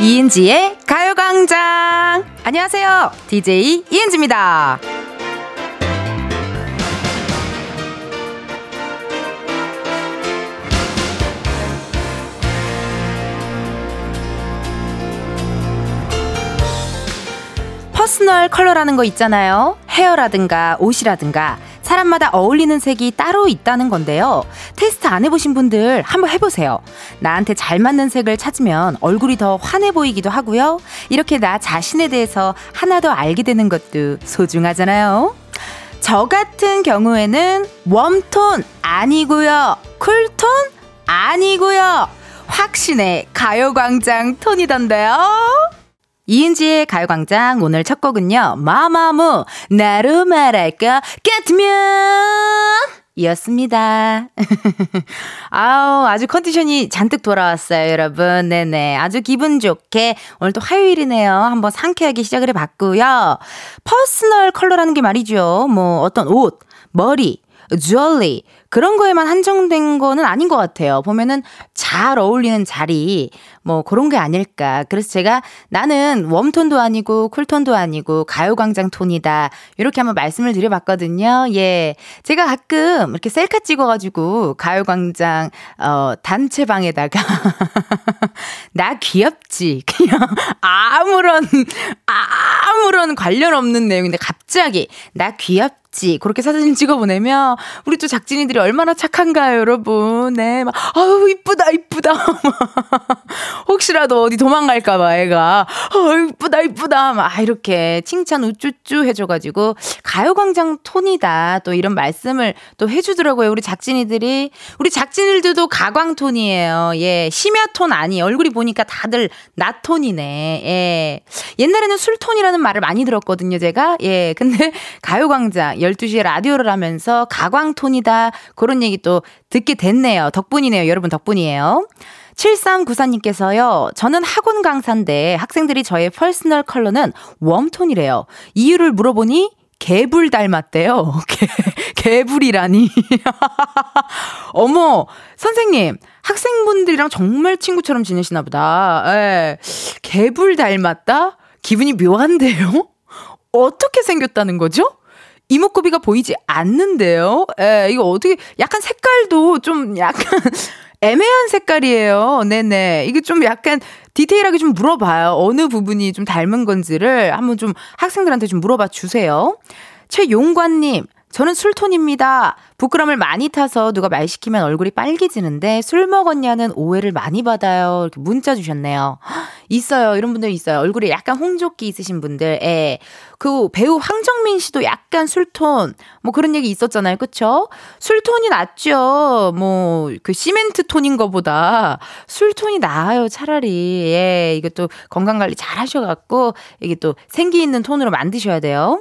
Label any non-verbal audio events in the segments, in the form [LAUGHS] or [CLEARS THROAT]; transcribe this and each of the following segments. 이은지의 가요광장. 안녕하세요. DJ 이은지입니다. 퍼스널 컬러라는 거 있잖아요. 헤어라든가 옷이라든가 사람마다 어울리는 색이 따로 있다는 건데요. 테스트 안 해보신 분들 한번 해보세요. 나한테 잘 맞는 색을 찾으면 얼굴이 더 환해 보이기도 하고요. 이렇게 나 자신에 대해서 하나 더 알게 되는 것도 소중하잖아요. 저 같은 경우에는 웜톤 아니고요. 쿨톤 아니고요. 확신의 가요광장 톤이던데요. 이은지의 가요광장 오늘 첫 곡은요. 마마무 나로 말할까 같으면 이었습니다. [LAUGHS] 아우 아주 컨디션이 잔뜩 돌아왔어요 여러분. 네네 아주 기분 좋게 오늘 또 화요일이네요. 한번 상쾌하게 시작을 해봤고요. 퍼스널 컬러라는 게 말이죠. 뭐 어떤 옷, 머리, 주얼리 그런 거에만 한정된 거는 아닌 것 같아요. 보면은 잘 어울리는 자리 뭐 그런 게 아닐까. 그래서 제가 나는 웜톤도 아니고 쿨톤도 아니고 가요광장 톤이다 이렇게 한번 말씀을 드려봤거든요. 예, 제가 가끔 이렇게 셀카 찍어가지고 가요광장 어 단체방에다가 [LAUGHS] 나 귀엽지 그냥 아무런 아무런 관련 없는 내용인데 갑자기 나 귀엽 지 그렇게 사진 찍어 보내면 우리 또 작진이들이 얼마나 착한가요, 여러분. 네, 막 아우 이쁘다 이쁘다. [LAUGHS] 혹시라도 어디 도망갈까봐 애가 아 이쁘다 이쁘다 막 이렇게 칭찬 우쭈쭈 해줘가지고 가요광장 톤이다 또 이런 말씀을 또 해주더라고요 우리 작진이들이 우리 작진이들도 가광 톤이에요. 예, 심야 톤 아니 얼굴이 보니까 다들 나 톤이네. 예, 옛날에는 술 톤이라는 말을 많이 들었거든요 제가. 예, 근데 [LAUGHS] 가요광장 12시에 라디오를 하면서 가광톤이다. 그런 얘기 또 듣게 됐네요. 덕분이네요. 여러분 덕분이에요. 7394님께서요, 저는 학원 강사인데 학생들이 저의 퍼스널 컬러는 웜톤이래요. 이유를 물어보니 개불 닮았대요. [LAUGHS] 개, 개불이라니. [LAUGHS] 어머, 선생님, 학생분들이랑 정말 친구처럼 지내시나 보다. 예. 개불 닮았다? 기분이 묘한데요? 어떻게 생겼다는 거죠? 이목구비가 보이지 않는데요. 에, 이거 어떻게 약간 색깔도 좀 약간 [LAUGHS] 애매한 색깔이에요. 네네. 이게 좀 약간 디테일하게 좀 물어봐요. 어느 부분이 좀 닮은 건지를 한번 좀 학생들한테 좀 물어봐 주세요. 최용관님, 저는 술톤입니다. 부끄럼을 많이 타서 누가 말 시키면 얼굴이 빨개지는데 술 먹었냐는 오해를 많이 받아요. 이렇게 문자 주셨네요. [GASPS] 있어요. 이런 분들 있어요. 얼굴에 약간 홍조기 있으신 분들. 예. 그 배우 황정민 씨도 약간 술톤 뭐 그런 얘기 있었잖아요. 그쵸? 술톤이 낫죠. 뭐 그 시멘트 톤인 거보다 술톤이 나아요. 차라리. 예. 이게 또 건강 관리 잘 하셔 갖고 이게 또 생기 있는 톤으로 만드셔야 돼요.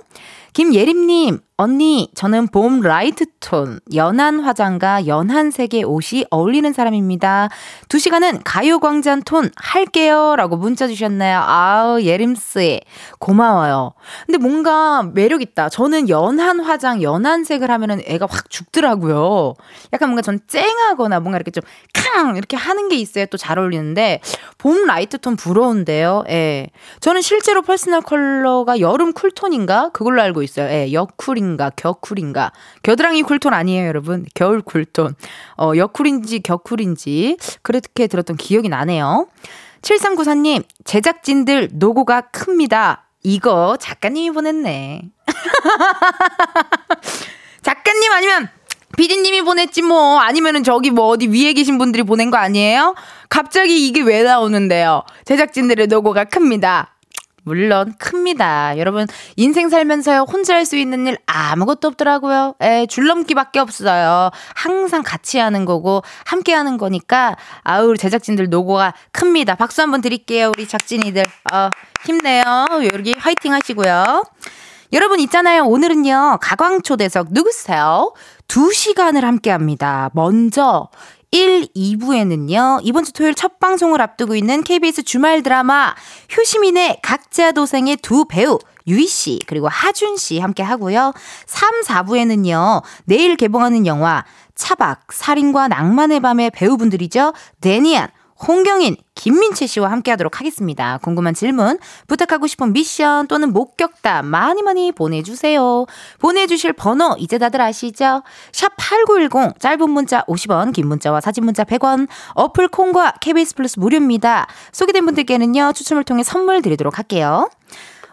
김예림님, 언니, 저는 봄 라이트 톤, 연한 화장과 연한 색의 옷이 어울리는 사람입니다. 두 시간은 가요광장 톤 할게요. 라고 문자 주셨네요. 아우, 예림씨. 고마워요. 근데 뭔가 매력있다. 저는 연한 화장, 연한 색을 하면은 애가 확 죽더라고요. 약간 뭔가 전 쨍하거나 뭔가 이렇게 좀 캉! 이렇게 하는 게 있어야 또 잘 어울리는데, 봄 라이트 톤 부러운데요. 예. 저는 실제로 퍼스널 컬러가 여름 쿨톤인가? 그걸로 알고 있어요. 예, 여쿨인가 겨쿨인가 겨드랑이 쿨톤 아니에요, 여러분. 겨울 쿨톤. 어, 여쿨인지 겨쿨인지 그렇게 들었던 기억이 나네요. 7394님, 제작진들 노고가 큽니다. 이거 작가님이 보냈네. 작가님 아니면 피디님이 보냈지 뭐 아니면은 저기 뭐 어디 위에 계신 분들이 보낸 거 아니에요? 갑자기 이게 왜 나오는데요? 제작진들의 노고가 큽니다. 물론 큽니다. 여러분 인생 살면서요 혼자 할 수 있는 일 아무것도 없더라고요. 에 줄넘기밖에 없어요. 항상 같이 하는 거고 함께 하는 거니까 아우 우리 제작진들 노고가 큽니다. 박수 한번 드릴게요 우리 작진이들. 어 힘내요. 여기 화이팅 하시고요. 여러분 있잖아요. 오늘은요. 가광초대석 누구세요? 두 시간을 함께 합니다. 먼저 1, 2부에는요. 이번 주 토요일 첫 방송을 앞두고 있는 KBS 주말 드라마 효시민의 각자 도생의 두 배우 유희 씨 그리고 하준 씨 함께 하고요. 3, 4부에는요. 내일 개봉하는 영화 차박 살인과 낭만의 밤의 배우분들이죠. 데니안 홍경인, 김민채 씨와 함께 하도록 하겠습니다. 궁금한 질문, 부탁하고 싶은 미션 또는 목격담 많이 많이 보내주세요. 보내주실 번호 이제 다들 아시죠? 샵 8910, 짧은 문자 50원, 긴 문자와 사진 문자 100원, 어플 콩과 KBS 플러스 무료입니다. 소개된 분들께는요, 추첨을 통해 선물 드리도록 할게요.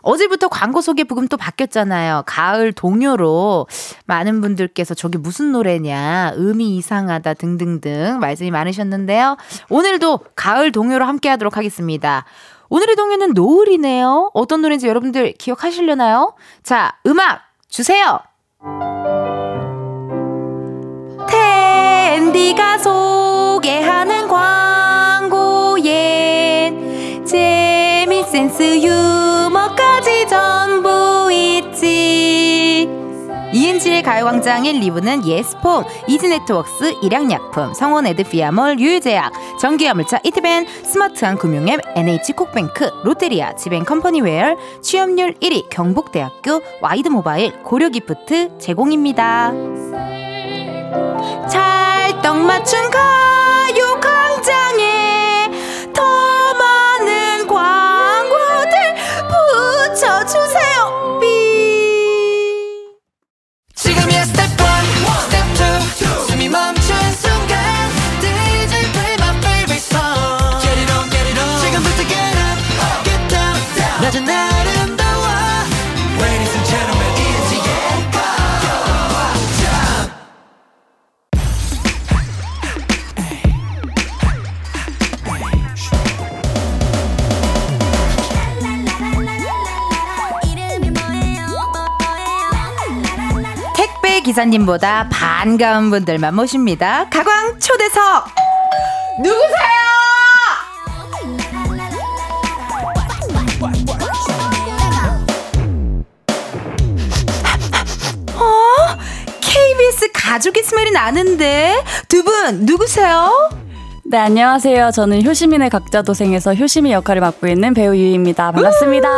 어제부터 광고 소개 부금 또 바뀌었잖아요. 가을 동요로 많은 분들께서 저게 무슨 노래냐, 음이 이상하다 등등등 말씀이 많으셨는데요. 오늘도 가을 동요로 함께 하도록 하겠습니다. 오늘의 동요는 노을이네요. 어떤 노래인지 여러분들 기억하시려나요? 자, 음악 주세요! 텐디가 소개하는 광고엔 재미 센스 유머까지 전부 있지 이은지의 가요광장인 리브는 예스폼, 이지네트웍스, 일양약품, 성원에드피아몰, 유유제약, 전기화물차 이티벤, 스마트한 금융앱, NH콕뱅크, 롯데리아, 지벤컴퍼니웨어, 취업률 1위, 경북대학교, 와이드모바일, 고려기프트 제공입니다. 찰떡 맞춘 가요 광장에 더 많은 광고들 붙여주세요. 삐. 지금이야 스텝 1, 스텝 2, 숨이 멈춘 순간 DJ play my favorite song Get it on, get it on 지금부터 get up, get down, 낮은 아름다워 Ladies and gentlemen, 이은지의 가요광장. 택배 기사님보다 반가운 분들만 모십니다. 가광 초대석 누구세요? KBS 가족의 스멜이 나는데 두 분 누구세요? 네, 안녕하세요. 저는 효시민의 각자도생에서 효시민 역할을 맡고 있는 배우 유희입니다. 반갑습니다.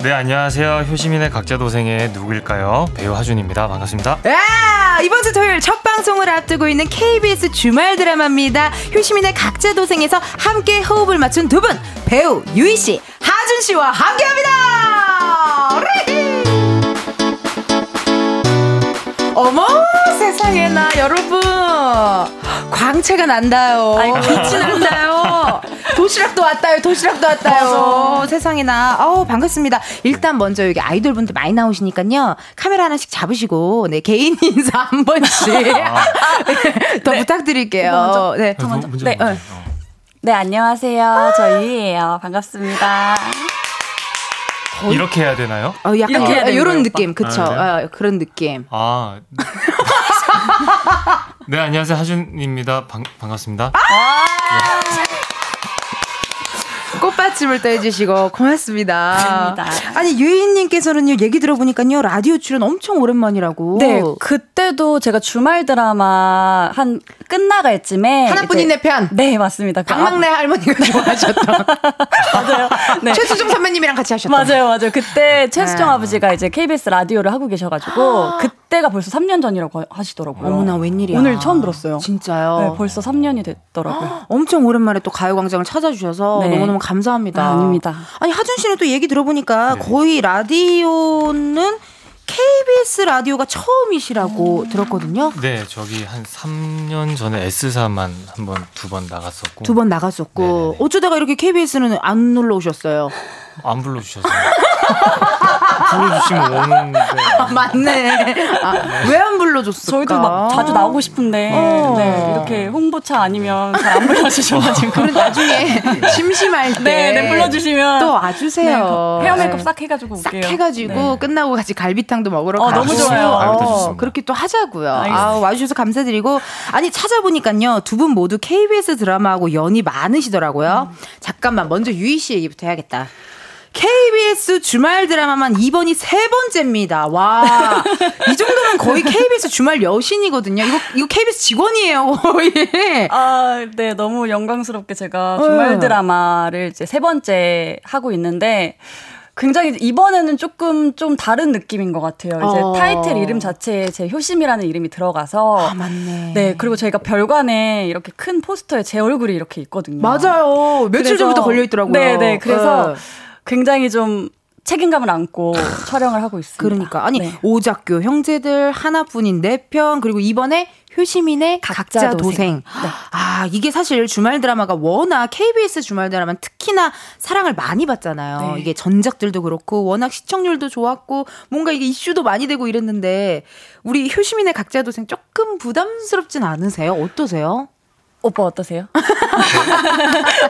네 안녕하세요 효시민의 각자 도생의 누구일까요 배우 하준입니다 반갑습니다 아, 이번 주 토요일 첫 방송을 앞두고 있는 KBS 주말 드라마입니다. 효시민의 각자 도생에서 함께 호흡을 맞춘 두 분, 배우 유희 씨, 하준 씨와 함께합니다. 레디! 어머 세상에나 여러분 광채가 난다요 아이고. 빛이 난다요 도시락도 왔다요 도시락도 왔다요 세상에나 아우 반갑습니다 일단 먼저 여기 아이돌 분들 많이 나오시니까요 카메라 하나씩 잡으시고 네 개인 [LAUGHS] 인사 한 번씩 [LAUGHS] 더 부탁드릴게요 네 아, 뭐, 먼저 네, 먼저. 어. 네, 안녕하세요. 저 유희예요. 반갑습니다. 이렇게 해야 되나요 어, 약간 이렇게 해야 되는 이런 거예요, 느낌 그쵸 아, 네. 어, 그런 느낌 아 [LAUGHS] 네, 안녕하세요. 하준입니다. 반, 반갑습니다. 아! 꽃받침을 또 해주시고 고맙습니다. 감사합니다. 아니 유인님께서는요 얘기 들어보니까요 라디오 출연 엄청 오랜만이라고. 네, 그때도 제가 주말 드라마 한 끝나갈 쯤에 하나뿐인 이제- 내 편. 네, 맞습니다. 그 박막내 할머니가 좋아하셨던 앞- [LAUGHS] 맞아요. 네. 최수종 선배님이랑 같이 하셨던. 맞아요, 맞아요. 그때 최수정 네. 아버지가 이제 KBS 라디오를 하고 계셔가지고 그때가 벌써 3년 전이라고 하- 하시더라고요. 어머나 웬일이야. 오늘 처음 들었어요. 진짜요. 네, 벌써 3년이 됐더라고요. 엄청 오랜만에 또 가요광장을 찾아주셔서 네. 너무너무 감사합니다. 아, 아닙니다. 아니 하준 씨는 또 얘기 들어보니까 네. 거의 라디오는 KBS 라디오가 처음이시라고 들었거든요. 네, 저기 한 3년 전에 S사만 한 번, 두 번 나갔었고 두 번 나갔었고 네네네. 어쩌다가 이렇게 KBS는 안 놀러 오셨어요. 안 불러주셔서 [LAUGHS] 불러주시면 오는데 아, 맞네. 아, 왜 안 불러줬을까? [GASPS] 저희도 막 자주 나오고 싶은데 어. 그러니까. 네, 이렇게 홍보차 아니면 잘 안 불러주셔가지고 그리고 나중에 네. 심심할 때. 네, 네 불러주시면 또 와주세요. 헤어 메이크업 네. 싹 해가지고 싹 올게요. 해가지고 네. 끝나고 같이 갈비탕도 먹으러 어, 가고 너무 좋아요. 어, 알겠다, 좋습니다. 그렇게 또 하자고요. 알겠습니다. 아, 와주셔서 감사드리고 아니 찾아보니까요 두 분 모두 KBS 드라마하고 연이 많으시더라고요. 음. 잠깐만 먼저 유희 씨 얘기부터 해야겠다. KBS 주말 드라마만 이번이 세 번째입니다. 와, [LAUGHS] 이 정도면 거의 KBS 주말 여신이거든요. 이거 이거 KBS 직원이에요 거의. 아, 네, 너무 영광스럽게 제가 어. 주말 드라마를 이제 세 번째 하고 있는데 굉장히 이번에는 조금 좀 다른 느낌인 것 같아요. 이제 어. 타이틀 이름 자체에 제 효심이라는 이름이 들어가서 아, 맞네. 네 그리고 저희가 별관에 이렇게 큰 포스터에 제 얼굴이 이렇게 있거든요. 맞아요. 며칠 그래서- 전부터 걸려 있더라고요. 네네 그래서 네. 굉장히 좀 책임감을 안고 촬영을 하고 있습니다. 그러니까 아니 네. 오작교 형제들 하나뿐인 네 내편 그리고 이번에 효시민의 각자, 각자 도생. 도생. 네. 아 이게 사실 주말 드라마가 워낙 KBS 주말 드라마는 특히나 사랑을 많이 받잖아요. 네. 이게 전작들도 그렇고 워낙 시청률도 좋았고 뭔가 이게 이슈도 많이 되고 이랬는데 우리 효시민의 각자 도생 조금 부담스럽진 않으세요? 어떠세요? 오빠 [LAUGHS] 어떠세요?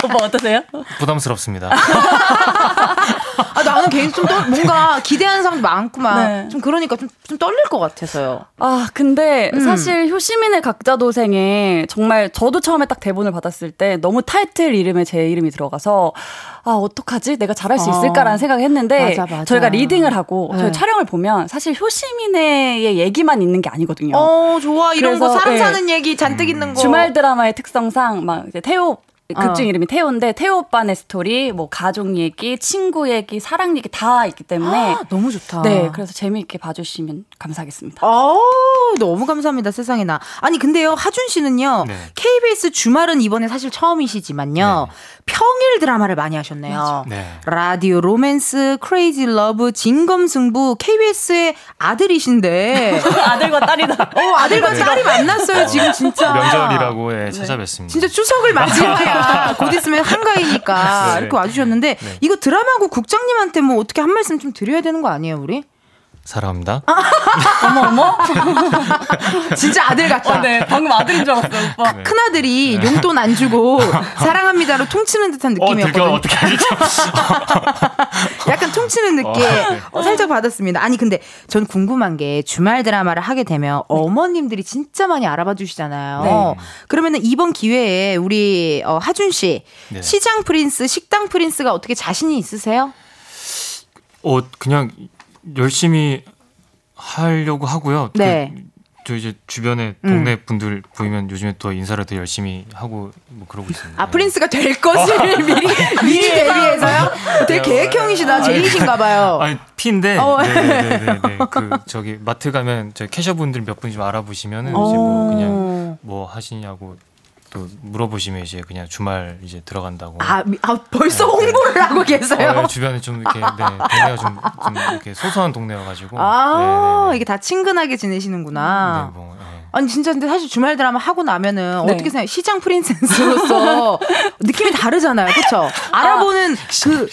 오빠 어떠세요? 부담스럽습니다. 아 [LAUGHS] 나는 개인 좀 떨- 뭔가 기대하는 사람도 많구만. 네. 좀 그러니까 좀, 좀 떨릴 것 같아서요. 아, 근데 음. 사실 효시민의 각자 도생에 정말 저도 처음에 딱 대본을 받았을 때 너무 타이틀 이름에 제 이름이 들어가서 아, 어떡하지? 내가 잘할 수 어. 있을까라는 생각을 했는데 맞아, 맞아. 저희가 리딩을 하고 네. 저희 촬영을 보면 사실 효시민의 얘기만 있는 게 아니거든요. 어 좋아 이런 그래서, 거 사람 예. 음. 사는 얘기 잔뜩 있는 거. 주말 드라마의 특성상 막 이제 태호 극중 어. 이름이 태호인데 태호 오빠네 스토리, 뭐 가족 얘기, 친구 얘기, 사랑 얘기 다 있기 때문에 아, 너무 좋다. 네, 그래서 재미있게 봐주시면 감사하겠습니다. 어 너무 감사합니다 세상에 나 아니 근데요 하준 씨는요 네. KBS 주말은 이번에 사실 처음이시지만요 평일 드라마를 많이 하셨네요 네. 라디오 로맨스 크레이지 러브 진검승부 KBS의 [LAUGHS] 아들이신데 아들과 딸이다. 어 아들과 아들과 딸이 만났어요 지금 진짜 네. 명절이라고 예, 네. 찾아뵙습니다. 진짜 추석을 맞이해야 곧 있으면 한가위니까 네. 이렇게 와주셨는데 네. 이거 드라마고 국장님한테 뭐 어떻게 한 말씀 좀 드려야 되는 거 아니에요 우리? 사랑합니다. 아, 어, [LAUGHS] 진짜 아들 같다. 네, 방금 아들인 줄 알았어요, 오빠. 네. 큰 아들이 용돈 안 [LAUGHS] 주고 사랑합니다로 통치는 듯한 어, 들켜 느낌이었거든요. 어떻게 알죠? 약간 통치는 느낌 네. 어, 살짝 받았습니다. 아니 근데 전 궁금한 게 주말 드라마를 하게 되면 네. 어머님들이 진짜 많이 알아봐 주시잖아요. 네. 그러면은 이번 기회에 우리 어, 하준 씨 네. 시장 프린스, 식당 프린스가 어떻게 자신이 있으세요? 어, 그냥 열심히 하려고 하고요. 그 네. 음. 저 이제 주변에 동네 분들 보이면 요즘에 또 인사를 더 열심히 하고 뭐 그러고 있습니다. 아 프린스가 될 [LAUGHS] 것을 미리 미리 예. 대비해서요? 되게 계획형이시다 제이신가봐요. 아니 피인데 어. 네네네네 그 저기 마트 가면 저 캐셔분들 몇 분 좀 알아보시면은 어. 이제 뭐 그냥 뭐 하시냐고 또 물어보시면 이제 그냥 주말 이제 들어간다고 아, 미- 아, 벌써 홍보를 하고 계세요? 어, 주변에 좀 이렇게 네, 동네가 좀, 좀 이렇게 소소한 동네여가지고 아, 네네네. 이게 다 친근하게 지내시는구나. 네, 뭐, 네. 아니 진짜 근데 사실 주말 드라마 하고 나면은 네. 어떻게 생각? 시장 [LAUGHS] 프린세스로서 느낌이 다르잖아요, 그렇죠? 알아보는 그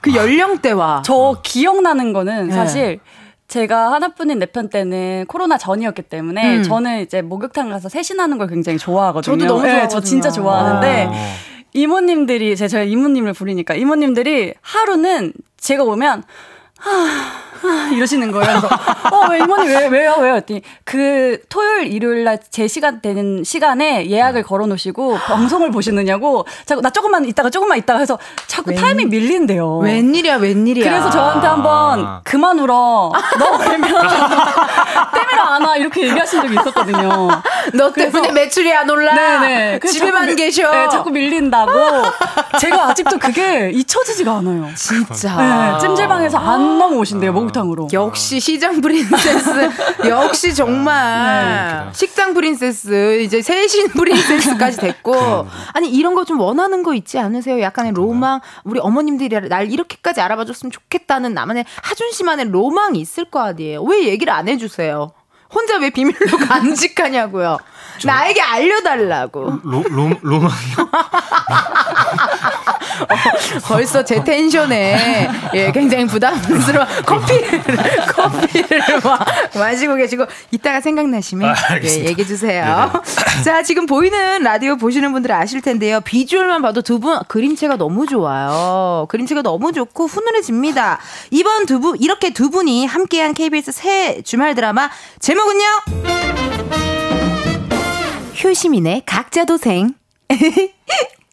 그 연령대와 저 기억나는 거는 네. 사실 제가 하나뿐인 내 편 때는 코로나 전이었기 때문에 음. 저는 이제 목욕탕 가서 세신하는 걸 굉장히 좋아하거든요. 저도 너무 네, 좋아하거든요. 저 진짜 예. 네. 좋아하는데 어. 이모님들이 제 저희 이모님을 부리니까 이모님들이 하루는 제가 오면 하, 하, 이러시는 거예요. 그래서 어왜 이모님 왜 왜요 왜요? 했더니 그 토요일 일요일 날 제 시간 되는 시간에 네. 예약을 걸어 놓으시고 방송을 보시느냐고 자꾸 나 조금만 있다가 조금만 있다가 해서 자꾸 타이밍 밀린대요. 웬일이야, 웬일이야. 그래서 저한테 한번 그만 울어. 너 [LAUGHS] 울면 [LAUGHS] 때밀어 안와 이렇게 얘기하신 적이 있었거든요. 너 때문에 그래서- 매출이 안 올라. 아, 네네. 그래서 집에만 자꾸 밀- 계셔. 네, 자꾸 [LAUGHS] 밀린다고. 제가 아직도 그게 잊혀지지가 않아요. 아. 진짜. 네, 찜질방에서 안 넘어오신대요 목욕탕으로. 역시 시장 프린세스. 역시 정말 네. 식당 프린세스 이제 세신 프린세스까지 됐고 아니 이런 거 좀 원하는 거 있지 않으세요? 약간의 로망 우리 어머님들이 날 이렇게까지 알아봐줬으면 좋겠다는 나만의 하준 씨만의 로망이 있을 거 아니에요? 왜 얘기를 안 해주세요? 혼자 왜 비밀로 [LAUGHS] 간직하냐고요? 나에게 알려달라고. 로, 로, 로망이요? 벌써 제 텐션에 예, 굉장히 [LAUGHS] 부담스러워 커피를 커피를 막 마시고 계시고 이따가 생각나시면 아, 알겠습니다. 네, 예, 얘기해 주세요. [LAUGHS] 자 지금 보이는 라디오 보시는 분들 아실 텐데요. 비주얼만 봐도 두 분 그림체가 너무 좋아요. 그림체가 너무 좋고 훈훈해집니다. 이번 두 분 이렇게 두 분이 함께한 KBS 새 주말 드라마 제목은요. 효시민의 각자 도생.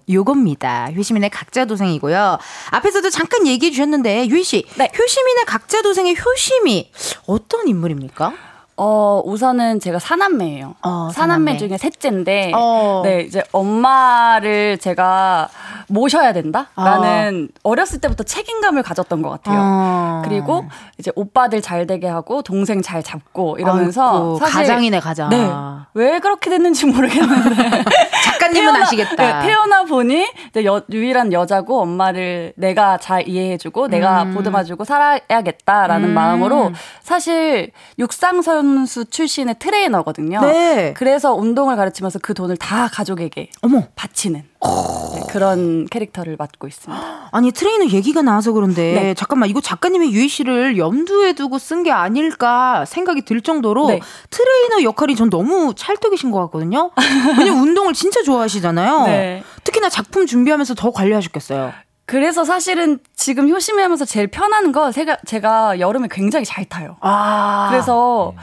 요겁니다. 효시민의 각자 도생이고요. 앞에서도 잠깐 얘기해 주셨는데 유희 씨, 네. 효시민의 각자 도생의 효심이 어떤 인물입니까? 어, 우선은 제가 사남매예요. 어, 아, 사남매. 사남매. 중에 셋째인데, 어. 네, 이제 엄마를 제가 모셔야 된다라는 어렸을 때부터 책임감을 가졌던 것 같아요. 어. 그리고 이제 오빠들 잘 되게 하고 동생 잘 잡고 아이고, 이러면서 가장이네, 가장. 네. 왜 그렇게 됐는지 [LAUGHS] 모르겠는데 작가님은 아시겠다. 네, 태어나 보니 이제 여- 유일한 여자고 엄마를 내가 잘 이해해주고 내가 음. 보듬어주고 살아야겠다라는 마음으로 사실 육상 선수 출신의 트레이너거든요. 네. 그래서 운동을 가르치면서 그 돈을 다 가족에게 어머. 바치는 네, 그런 캐릭터를 맡고 있습니다. 아니 트레이너 얘기가 나와서 그런데 네. 잠깐만 이거 작가님이 유희 씨를 염두에 두고 쓴 게 아닐까 생각이 들 정도로 네. 트레이너 역할이 전 너무 찰떡이신 것 같거든요. 왜냐면 운동을 진짜 좋아하시잖아요. [LAUGHS] 네. 특히나 작품 준비하면서 더 관리하셨겠어요. 그래서 사실은 지금 효심이 하면서 제일 편한 건 제가, 제가 여름에 굉장히 잘 타요. 아 네. 그래서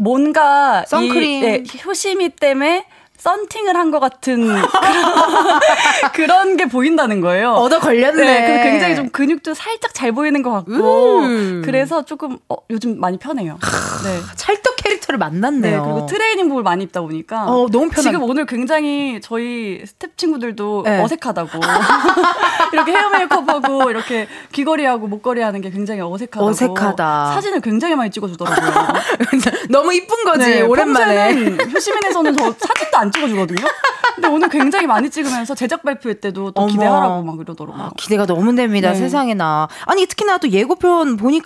뭔가 이- 선크림. 네, 효심이 때문에 썬팅을 한 것 같은 그런- [LAUGHS] 그런 게 보인다는 거예요. 얻어 걸렸네. 네, 그래서 굉장히 좀 근육도 살짝 잘 보이는 것 같고 음. 그래서 조금 어, 요즘 많이 편해요. 네. 찰떡 캐릭터를 네, 만났네요. 그리고 트레이닝복을 많이 입다 보니까 어, 너무 편하게. 지금 오늘 굉장히 저희 스텝 친구들도 네. 어색하다고 [LAUGHS] 이렇게 헤어 메이크업하고 이렇게 귀걸이하고 목걸이 하는 게 굉장히 어색하다고 어색하다. 사진을 굉장히 많이 찍어주더라고요. [LAUGHS] 너무 이쁜 거지 네, 오랜만에. 평소에는 효시민에서는 저 사진도 안 찍어주거든요. 근데 오늘 굉장히 많이 찍으면서 제작 발표회 때도 또 어머. 기대하라고 막 이러더라고요. 아, 기대가 너무 됩니다. 네. 세상에나. 아니 특히나 또 예고편 보니까요.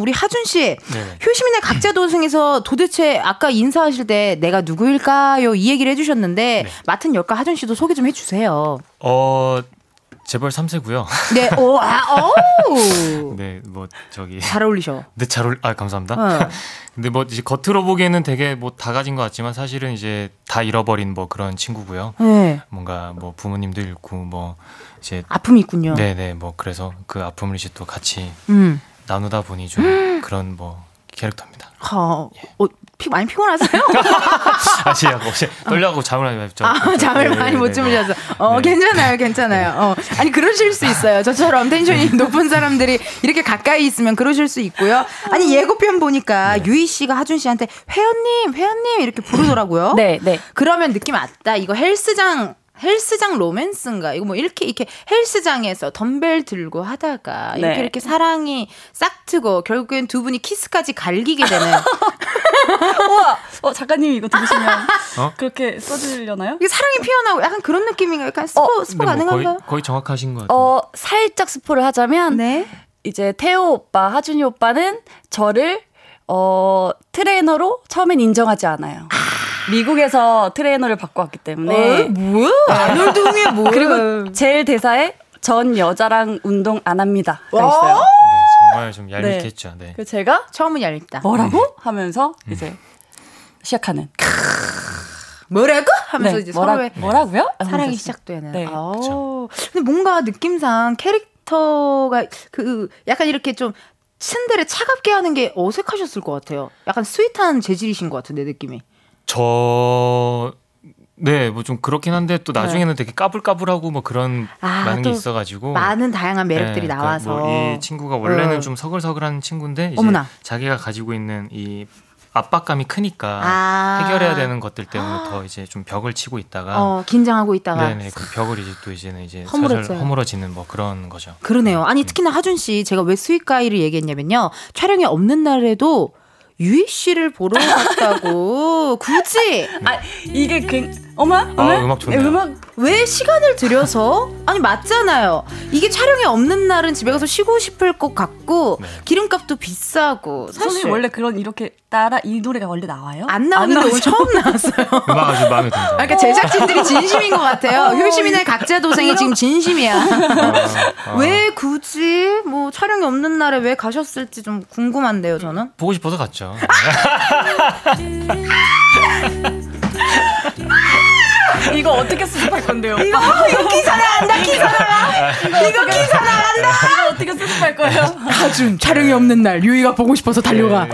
우리 하준 씨 네네. 효시민의 각자 도생에서 도대체 아까 인사하실 때 내가 누구일까요? 이 얘기를 해주셨는데 네. 맡은 역할 하준 씨도 소개 좀 해주세요. 어 재벌 3세고요. [LAUGHS] 네, 오, 아, 오. 네, 뭐 저기 잘 어울리셔. 네, 잘 올. 아 감사합니다. 어. [LAUGHS] 근데 뭐 이제 겉으로 보기에는 되게 뭐 다 가진 것 같지만 사실은 이제 다 잃어버린 뭐 그런 친구고요. 네, 뭔가 뭐 부모님도 잃고 뭐 이제 아픔이 있군요. 네네 뭐 그래서 그 아픔을 이제 또 같이 음, 나누다 보니 좀 그런 뭐 캐릭터입니다. [LAUGHS] 어, 어, 피 많이 피곤하세요? 아시 어제 떨려고 잠을 많이 잤죠. 아, [LAUGHS] 잠을 많이 못 주무셔서. 어, 네. 괜찮아요, 괜찮아요. 어, 아니, 그러실 수 있어요. 저처럼 네. 텐션이 높은 사람들이 이렇게 가까이 있으면 그러실 수 있고요. 아니, 예고편 보니까 네. 유희 씨가 하준 씨한테 회원님, 회원님 이렇게 부르더라고요. 네, 네. 그러면 느낌 왔다. 이거 헬스장, 헬스장 로맨스인가? 이거 뭐 이렇게, 이렇게 헬스장에서 덤벨 들고 하다가 이렇게 네. 이렇게 사랑이 싹 트고 결국엔 두 분이 키스까지 갈기게 [LAUGHS] 되는. 우와, 어, 작가님 이거 들으시면 어? 그렇게 써주려나요? 이게 사랑이 피어나고 약간 그런 느낌인가? 약간 스포, 스포 근데 뭐 가능한가요? 거의, 거의 정확하신 것 같아요. 어, 살짝 스포를 하자면 네. 이제 태호 오빠, 하준이 오빠는 저를 어, 트레이너로 처음엔 인정하지 않아요. 미국에서 트레이너를 받고 왔기 때문에 어, 뭐야? 아놀동이 [LAUGHS] 뭐야? 네. 그리고 제일 대사에 전 여자랑 운동 안 합니다. 가 있어요. 네, 정말 좀 얄밉겠죠. 네. 그 제가 처음은 얇다. 뭐라고 하면서 음. 이제 시작하는 뭐라고? 하면서 네, 이제 뭐라, 서로의 아, 뭐라고요? 사랑이 하면서 시작되는. 네, 아우. 그쵸. 근데 뭔가 느낌상 캐릭터가 그 약간 이렇게 좀 츤데레 차갑게 하는 게 어색하셨을 것 같아요. 약간 스윗한 재질이신 것 같은데 느낌이. 저 네, 뭐 좀 그렇긴 한데 또 나중에는 되게 까불까불하고 뭐 그런 네. 아, 많은 또게 있어가지고 많은 다양한 매력들이 네, 그러니까 나와서. 뭐이 친구가 원래는 어. 좀 서글서글한 친구인데 이제 어머나. 자기가 가지고 있는 이 압박감이 크니까 아. 해결해야 되는 것들 때문에 더 이제 좀 벽을 치고 있다가 어, 긴장하고 있다가 네네 그 벽을 이제 또 이제는 이제 허물어져요. 살살 허물어지는 뭐 그런 거죠. 그러네요. 아니 특히나 하준 씨 제가 왜 스윗 가이를 얘기했냐면요. 촬영이 없는 날에도 유희 씨를 보러 갔다고 [LAUGHS] 굳이 아 이게 굉 어머 아, 어머? 음악 좋네요. 네, 음악 왜 시간을 들여서 아니 맞잖아요. 이게 촬영이 없는 날은 집에 가서 쉬고 싶을 것 같고 네. 기름값도 비싸고 사실 선생님 원래 그런 이렇게 따라 이 노래가 원래 나와요? 안 나오는데 오늘 처음 나왔어요. 음악 아주 마음에 든다. 그러니까 제작진들이 진심인 것 같아요. 효심이네 각자 도생이 지금 진심이야. 아, 아. 왜 굳이 뭐 촬영이 없는 날에 왜 가셨을지 좀 궁금한데요, 저는. 보고 싶어서 갔죠. 아, 이거 어떻게 수습할 [LAUGHS] 건데요? 이거 [LAUGHS] 이거 기사 나간다. 어떻게 수습할 거예요? 하준 촬영이 없는 날 유이가 보고 싶어서 네, 기름값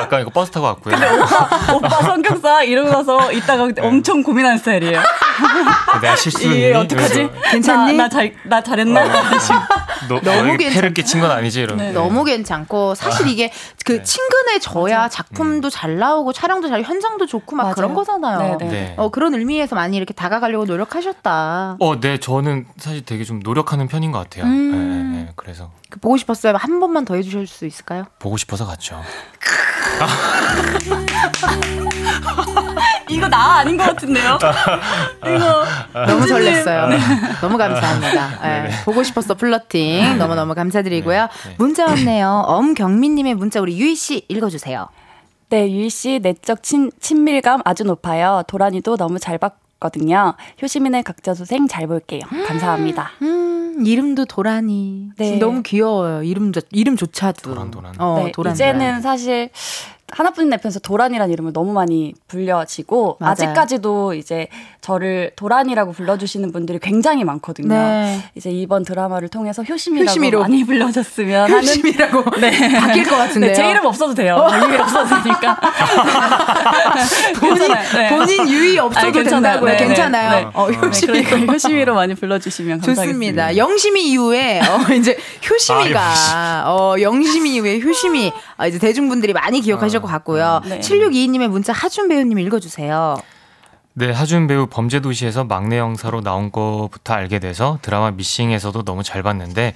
아까 이거 버스 타고 왔고요. [LAUGHS] 오빠 성격상 이러고 나서 이따가 네. 엄청 고민하는 스타일이에요. 네, 내가 실수했니? 이게 어떡하지? 이러면서. 아, 음, 괜찮니? 나, 나, 잘, 나 잘했나? 너, 너무 너에게 괜찮다. 패를 끼친 건 아니지 이런. 네. 네. 아. 너무 괜찮고 사실 이게 그 친근해져야 음. 작품도 잘 나오고 촬영도 잘 현장도 좋고 막 맞아요. 그런 거잖아요. 네, 네. 네. 어 그런 의미에서 많이 이렇게 다가가려고 노력하셨다. 어, 네, 저는 사실 되게 좀 노력하는 편인 것 같아요. 음. 네, 네, 네. 그래서 그 보고 싶었어요. 한 번만 더 해주실 수 있을까요? 보고 싶어서 갔죠. 이거 나 아닌 것 같은데요? [LAUGHS] 이거 너무 아. 은지님. 설렜어요. 네. [LAUGHS] 너무 감사합니다. 예, 보고 싶었어 플러팅 너무 너무 감사드리고요. 음. 네. 문자 왔네요. 엄경민님의 문자 우리 유희 씨 읽어주세요. 네, 유희 씨 내적 친, 친밀감 아주 높아요. 도란이도 너무 잘 봤거든요. 효시민의 각자 소생 잘 볼게요. 감사합니다. 음 이름도 도란이 네. 너무 귀여워요. 이름 자- 이름조차도 도란, 도란. 어 네, 도란 이제는 사실 하나뿐인 내편에서 도란이라는 이름을 너무 많이 불려지고 맞아요. 아직까지도 이제 저를 도란이라고 불러주시는 분들이 굉장히 많거든요. 네. 이제 이번 드라마를 통해서 효심이라고 효심이로. 많이 불러줬으면 하는 효심이라고 바뀔 것 같은데요. [LAUGHS] 네, 제 이름 없어도 돼요. 제 이름 없어도 [LAUGHS] 되니까. 본인 괜찮아요. 네. 본인 유의 없어도 아니, 괜찮아요. 된다고요. 네, 네, 괜찮아요. 네. 어, 네, 그러니까 [LAUGHS] 효심이로 많이 불러주시면 [LAUGHS] 감사하겠습니다. 좋습니다. 영심이 이후에 어, 이제 효심이가 어, 영심이 이후에 효심이 아, 이제 대중분들이 많이 기억하실 것 같고요. 네. 7622님의 문자 하준 배우님 읽어주세요. 네, 하준 배우 범죄도시에서 막내 형사로 나온 거부터 알게 돼서 드라마 미싱에서도 너무 잘 봤는데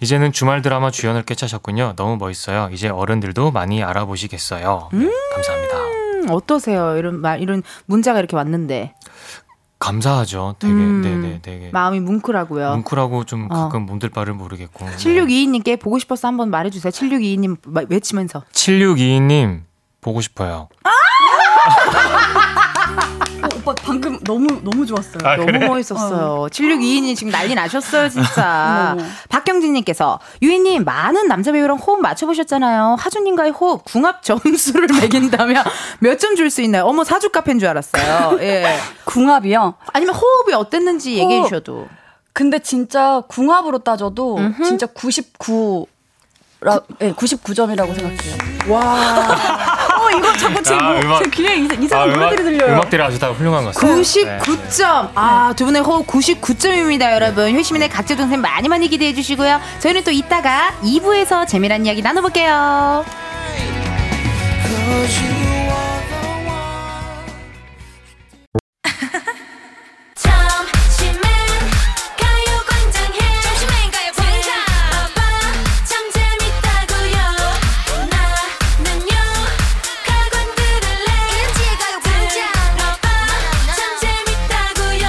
이제는 주말 드라마 주연을 꿰차셨군요. 너무 멋있어요. 이제 어른들도 많이 알아보시겠어요. 네, 감사합니다. 음, 어떠세요? 이런 말 이런 문자가 이렇게 왔는데 감사하죠. 되게 음. 네네 되게 마음이 뭉클하고요. 뭉클하고 좀 어. 가끔 몸들 바를 모르겠고. 네. 7622님께 보고 싶어서 한번 말해주세요. 7622님 마- 외치면서 7622님 보고 싶어요. 어, 오빠 방금 너무 너무 좋았어요. 아. 너무 멋있었어요. 7622님 지금 난리 나셨어요, 진짜. [LAUGHS] 어머. 박경진님께서 유희님 많은 남자 배우랑 호흡 맞춰보셨잖아요. 하준님과의 호흡 궁합 점수를 [LAUGHS] 매긴다면 몇 점 줄 수 있나요? 어머 사주 카페인 줄 알았어요. 예. 궁합이요. 아니면 호흡이 어땠는지 얘기해 주셔도. 근데 진짜 궁합으로 따져도 진짜 99. 라, 네, 99점이라고 생각해요. 와. 어, 이거 자꾸 제, 아, 뭐, 음악. 아, 제 귀에 이- 이상한 노래들이 들려요. 음악들이 아주 다 훌륭한 것 네. 같아요. 네. 99점. 아, 두 분의 호흡 99점입니다, 여러분. 효시민의 각자 동생 많이 많이 기대해 주시고요. 저희는 또 이따가 2부에서 재미난 이야기 나눠볼게요. Cause you are the one 점심엔 가요광장에 점심엔 가요광장 봐봐 참 재밌다고요 나는요 가관 들을래 일찍 가요광장 봐봐 참 재밌다고요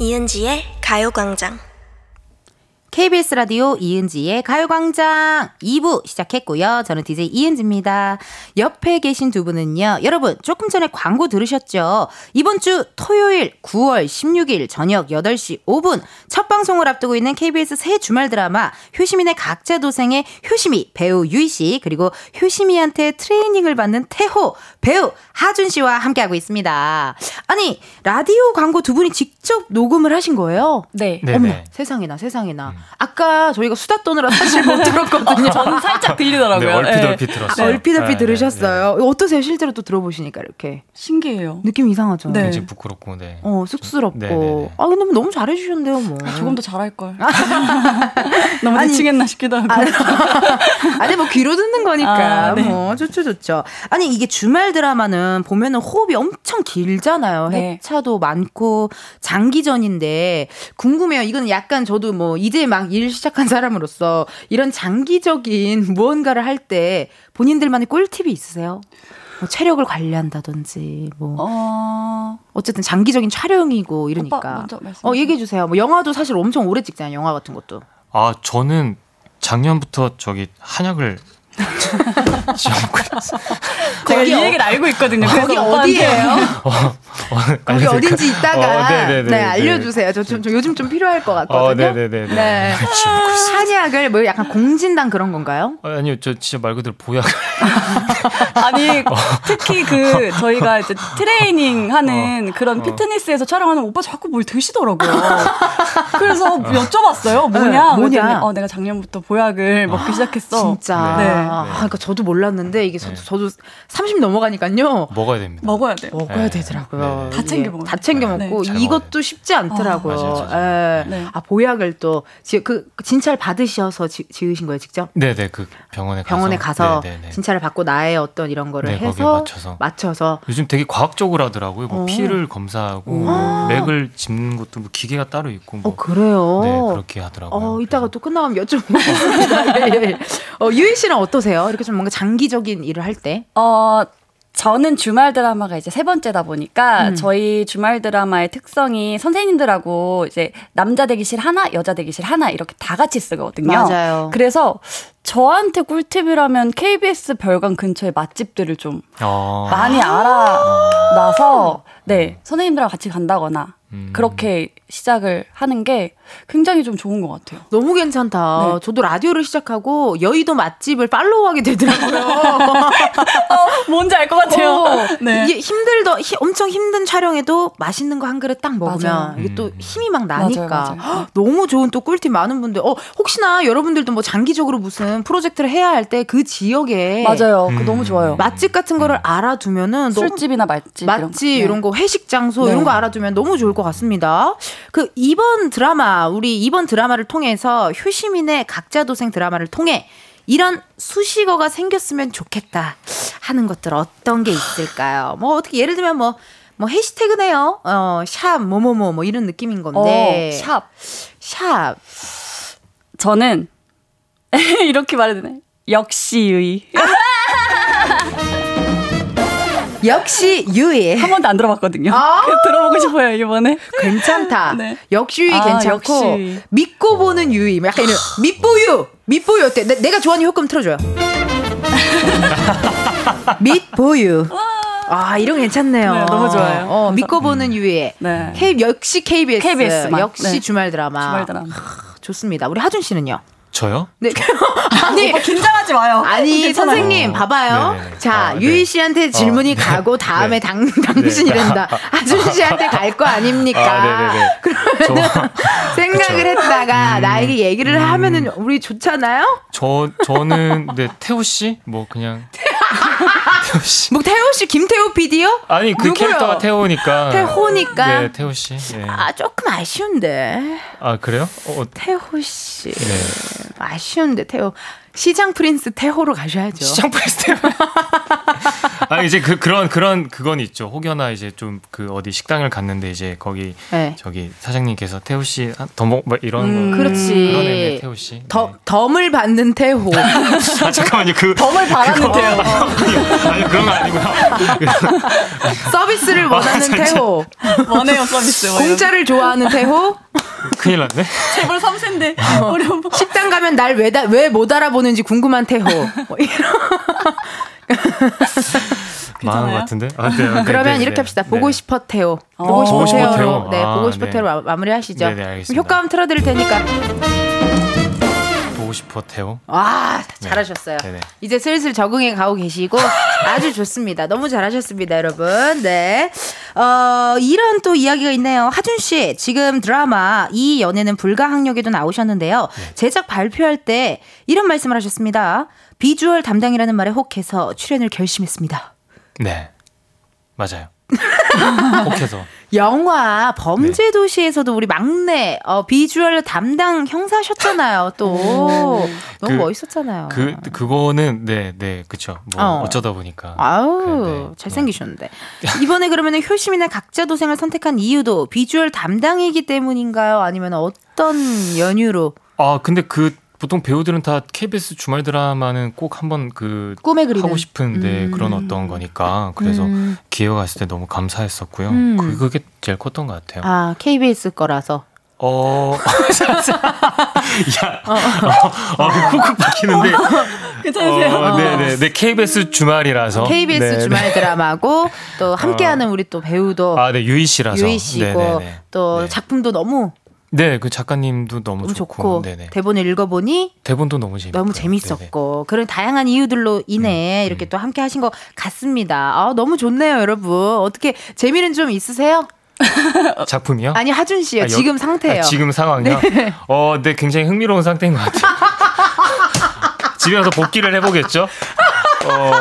이은지의 가요광장. KBS 라디오 이은지의 가요광장 2부 시작했고요. 저는 DJ 이은지입니다. 옆에 계신 두 분은요. 여러분, 조금 전에 광고 들으셨죠? 이번 주 토요일 9월 16일 저녁 8시 5분 첫 방송을 앞두고 있는 KBS 새 주말 드라마 효시민의 각자 도생의 효시미 배우 유희 씨 그리고 효시미한테 트레이닝을 받는 태호 배우 하준 씨와 함께하고 있습니다. 아니, 라디오 광고 두 분이 직접 녹음을 하신 거예요? 네. 어머 네네. 음. 세상에나 세상에나 아까 저희가 수다 떠느라 사실 못 들었거든요. 아, 저는 살짝 들리더라고요. 네, 얼핏 예. 얼핏 들었어요. 얼핏얼핏 아, 네, 네, 들으셨어요. 어떠세요? 실제로 또 들어보시니까 이렇게 신기해요. 느낌 이상하죠. 네. 굉장히 부끄럽고 네. 어 쑥스럽고 네, 네, 네. 아 근데 너무 잘해주셨는데요 뭐. 아, 조금 더 잘할걸. [LAUGHS] 너무 아. 아니, 네. 지치겠나 싶기도 하고. [LAUGHS] 아니 뭐 귀로 듣는 거니까 아, 네. 뭐 좋죠 좋죠. 아니 이게 주말 드라마는 보면은 호흡이 엄청 길잖아요. 네. 해차도 많고 장기전인데 궁금해요. 이건 약간 저도 뭐 이제 막 일 시작한 사람으로서 이런 장기적인 무언가를 할 때 본인들만의 꿀팁이 있으세요? 뭐 체력을 관리한다든지 뭐 어, 어쨌든 장기적인 촬영이고 이러니까 오빠 먼저 말씀해 어 얘기해 주세요. 뭐 영화도 사실 엄청 오래 찍잖아요. 영화 같은 것도. 아 저는 작년부터 저기 한약을 [LAUGHS] 지원고 있어요. 제가 이 거기 어- 얘기를 알고 있거든요. 그래서 거기 오빠한테 어디예요? [LAUGHS] 어, 어, 거기 알려드릴까요? 어딘지 어, 있다가 네네네, 네, 네. 알려주세요. 저, 좀- 저 요즘 좀 필요할 것 같거든요. 어, 네네네. 네. 한약을 뭐 약간 공진단 그런 건가요? 어, 아니요, 저 진짜 말 그대로 보약. [LAUGHS] [LAUGHS] [LAUGHS] 아니 어. 특히 그 저희가 이제 트레이닝 하는 어. 그런 피트니스에서 촬영하는 오빠 자꾸 뭘 드시더라고요. 그래서 여쭤봤어요. 뭐냐? 네, 뭐냐? 아, 그랬더니 어 내가 작년부터 보약을 먹기 시작했어. 진짜. 네. 아, 그러니까 저도 몰랐는데 이게 저, 네. 저도 30 넘어가니까요. 먹어야 됩니다. 먹어야 돼요. 먹어야 네. 되더라고요. 네. 다 챙겨 이게 먹어요. 다 챙겨 네. 먹고 잘 먹어야 이것도 돼요. 쉽지 않더라고요. 맞아요, 아, 맞아요. 네. 아 보약을 또 지, 그 진찰 받으셔서 지, 지으신 거예요, 직접? 네네 그 병원에 가서 병원에 가서 네네네. 진찰을 받고 나의 어떤 이런 거를 네, 거기에 해서 맞춰서. 맞춰서 요즘 되게 과학적으로 하더라고요. 뭐 어. 아. 피를 검사하고 맥을 짚는 것도 뭐 기계가 따로 있고 뭐 어 그래요. 네, 그렇게 하더라고요. 어 이따가 또 끝나면 [LAUGHS] 여쭤보겠습니다. 예, 예. 어, 유인 씨는 어떠세요? 이렇게 좀 뭔가 장기적인 일을 할 때? 어, 저는 주말 드라마가 이제 세 번째다 보니까 음. 저희 주말 드라마의 특성이 선생님들하고 이제 남자 대기실 하나, 여자 대기실 하나 이렇게 다 같이 쓰거든요. 맞아요. 그래서 저한테 꿀팁이라면 KBS 별관 근처의 맛집들을 좀 아. 어. 많이 알아놔서 네 선생님들하고 같이 간다거나 음. 그렇게 시작을 하는 게 굉장히 좀 좋은 것 같아요. 너무 괜찮다. 네. 저도 라디오를 시작하고 여의도 맛집을 팔로우하게 되더라고요. 뭔지 알 것 어, [LAUGHS] 네. 이게 힘들더 히- 엄청 힘든 촬영에도 맛있는 거 한 그릇 딱 먹으면 맞아요. 이게 또 음. 힘이 막 나니까 맞아요, 맞아요. 헉, 너무 좋은 또 꿀팁 많은 분들. 어 혹시나 여러분들도 뭐 장기적으로 무슨 프로젝트를 해야 할 때 그 지역에 맞아요. 그거 음. 너무 좋아요. 맛집 같은 거를 알아두면은 너무 술집이나 맛집 이런 거. 맛집 네. 이런 거 회식 장소 네. 이런 거 알아두면 너무 좋을 것 같습니다. 그 이번 드라마 우리 이번 드라마를 통해서 효시민의 각자 도생 드라마를 통해 이런 수식어가 생겼으면 좋겠다 하는 것들 어떤 게 있을까요? 뭐 어떻게 예를 들면 뭐 뭐 해시태그네요. 어, 샵 뭐뭐뭐 뭐 이런 느낌인 어, 건데. 샵. 샵. 저는 [LAUGHS] 이렇게 말해도 되나요? 역시의 역시 유예. 한 번도 안 들어봤거든요. 아! [LAUGHS] 들어보고 싶어요 이번에. 괜찮다. [LAUGHS] 네. 역시 유이 아, 괜찮고 역시. 아. 믿고 보는 유이. 약간 이런 밑보유. 밑보유 어때? 내, 가 좋아하는 효과음 [LAUGHS] 틀어줘요. 밑보유. 아 이런 거 괜찮네요. 네, 너무 좋아요. 어, 믿고 보는 유이의 네. K, 역시 KBS, KBS 만. 역시 네. 주말 드라마. 주말 드라마. 좋습니다. 우리 하준 씨는요? 저요? 네. [LAUGHS] 아니 긴장하지 마요. 아니 선생님 봐봐요. 어. 네네네. 자 아, 네. 유희 씨한테 질문이 가고 다음에 네. 당, 당신이 된다. 아준 씨한테 갈 거 아닙니까? 아, 네네네. 그러면 저- 생각을 했다가 음. 나에게 얘기를 하면은 우리 좋잖아요. [LAUGHS] 저 저는 네 태호 씨 뭐 그냥 태호 씨 뭐 태호 씨 김태호 PD요? 아니 그 캐릭터가 태호니까 태호니까. 네 태호 씨. 네. 아 조금 아쉬운데 아 그래요? 어, 어, 태호 씨 네. 아쉬운데 태호 시장 프린스 태호로 가셔야죠. 시장 프레스테요. [LAUGHS] 아 이제 그 그런 그런 그건 있죠. 혹여나 이제 좀 그 어디 식당을 갔는데 이제 거기 네. 음, 저기 사장님께서 태호 씨더먹 뭐 이런 거. 그렇지. 음, 그런 애네 태호 씨. 덤 덤을 받는 태호. [LAUGHS] 네. 아 잠깐만요 [LAUGHS] 그 덤을 바라는데요. 아니 그런 거 아니고요. 서비스를 아, 원하는 태호. 원해요 서비스. 공짜를 좋아하는 태호. 큰일 났네. 제발 3세인데 아. 어려운 법. 식당 가면 날 왜 왜 못 알아보는지 궁금한 태호. 뭐 이런. 망한 것 같은데. 아, 네, 네, 그러면 네, 이렇게 네. 합시다. 네. 보고 싶어 태호. 어, 보고 싶어 보고 싶어 태호로. 태호. 네, 아, 보고 싶어 네. 태호로 마- 마무리하시죠. 네, 네, 알겠습니다. 효과음 틀어드릴 테니까. 보고 싶어 태호. 와 잘하셨어요. 네, 네. 이제 슬슬 적응해 가고 [LAUGHS] 계시고 아주 좋습니다. 너무 잘하셨습니다, 여러분. 네. 어, 이런 또 이야기가 있네요. 하준 씨 지금 드라마 이 연애는 불가항력에도 나오셨는데요. 네. 제작 발표할 때 이런 말씀을 하셨습니다. 비주얼 담당이라는 말에 혹해서 출연을 결심했습니다. 네. 맞아요. [LAUGHS] 혹해서. 영화 네. 범죄 도시에서도 우리 막내 어, 비주얼 담당 형사셨잖아요. [LAUGHS] 또 너무 네, 그- 멋있었잖아요. 그 그거는 네, 네. 그쵸 뭐 어. 어. 쩌다 보니까. 아우 그, 네. 잘생기셨는데 [LAUGHS] 이번에 그러면은 효심이나 각자 도생을 선택한 이유도 비주얼 담당이기 때문인가요? 아니면 어떤 연유로 아, 근데 그 보통 배우들은 다 KBS 주말 드라마는 꼭 한번 그 꿈에 그리는 하고 싶은데 네, 음. 그런 어떤 거니까 그래서 음. 기회가 왔을 때 너무 감사했었고요. 음. 그- 그게 제일 컸던 것 같아요. 아 KBS 거라서 어, [LAUGHS] 야, 어, 어, 쿡쿡 박히는데. 어. 괜찮으세요? 어, 네, 네, 네. KBS 주말이라서. KBS 네, 주말 네. 드라마고 [LAUGHS] 또 함께하는 우리 또 배우도 아, 네, 유희 씨라서. 어, 유희 씨고 네, 네, 네. 또 네. 작품도 너무 네, 그 작가님도 너무 너무 좋고, 좋고 네네. 대본을 읽어보니 대본도 너무 재밌고 너무 재밌었고 그런 다양한 이유들로 음, 인해 이렇게 또 함께 하신 것 같습니다. 아 너무 좋네요, 여러분. 어떻게 재미는 좀 있으세요? 작품이요? 아니 하준 씨요 아, 여- 지금 상태예요. [LAUGHS] 아, 지금 상황이요? 네. 어, 네, 굉장히 흥미로운 상태인 것 같아요. 집에 가서 복귀를 해보겠죠. 어,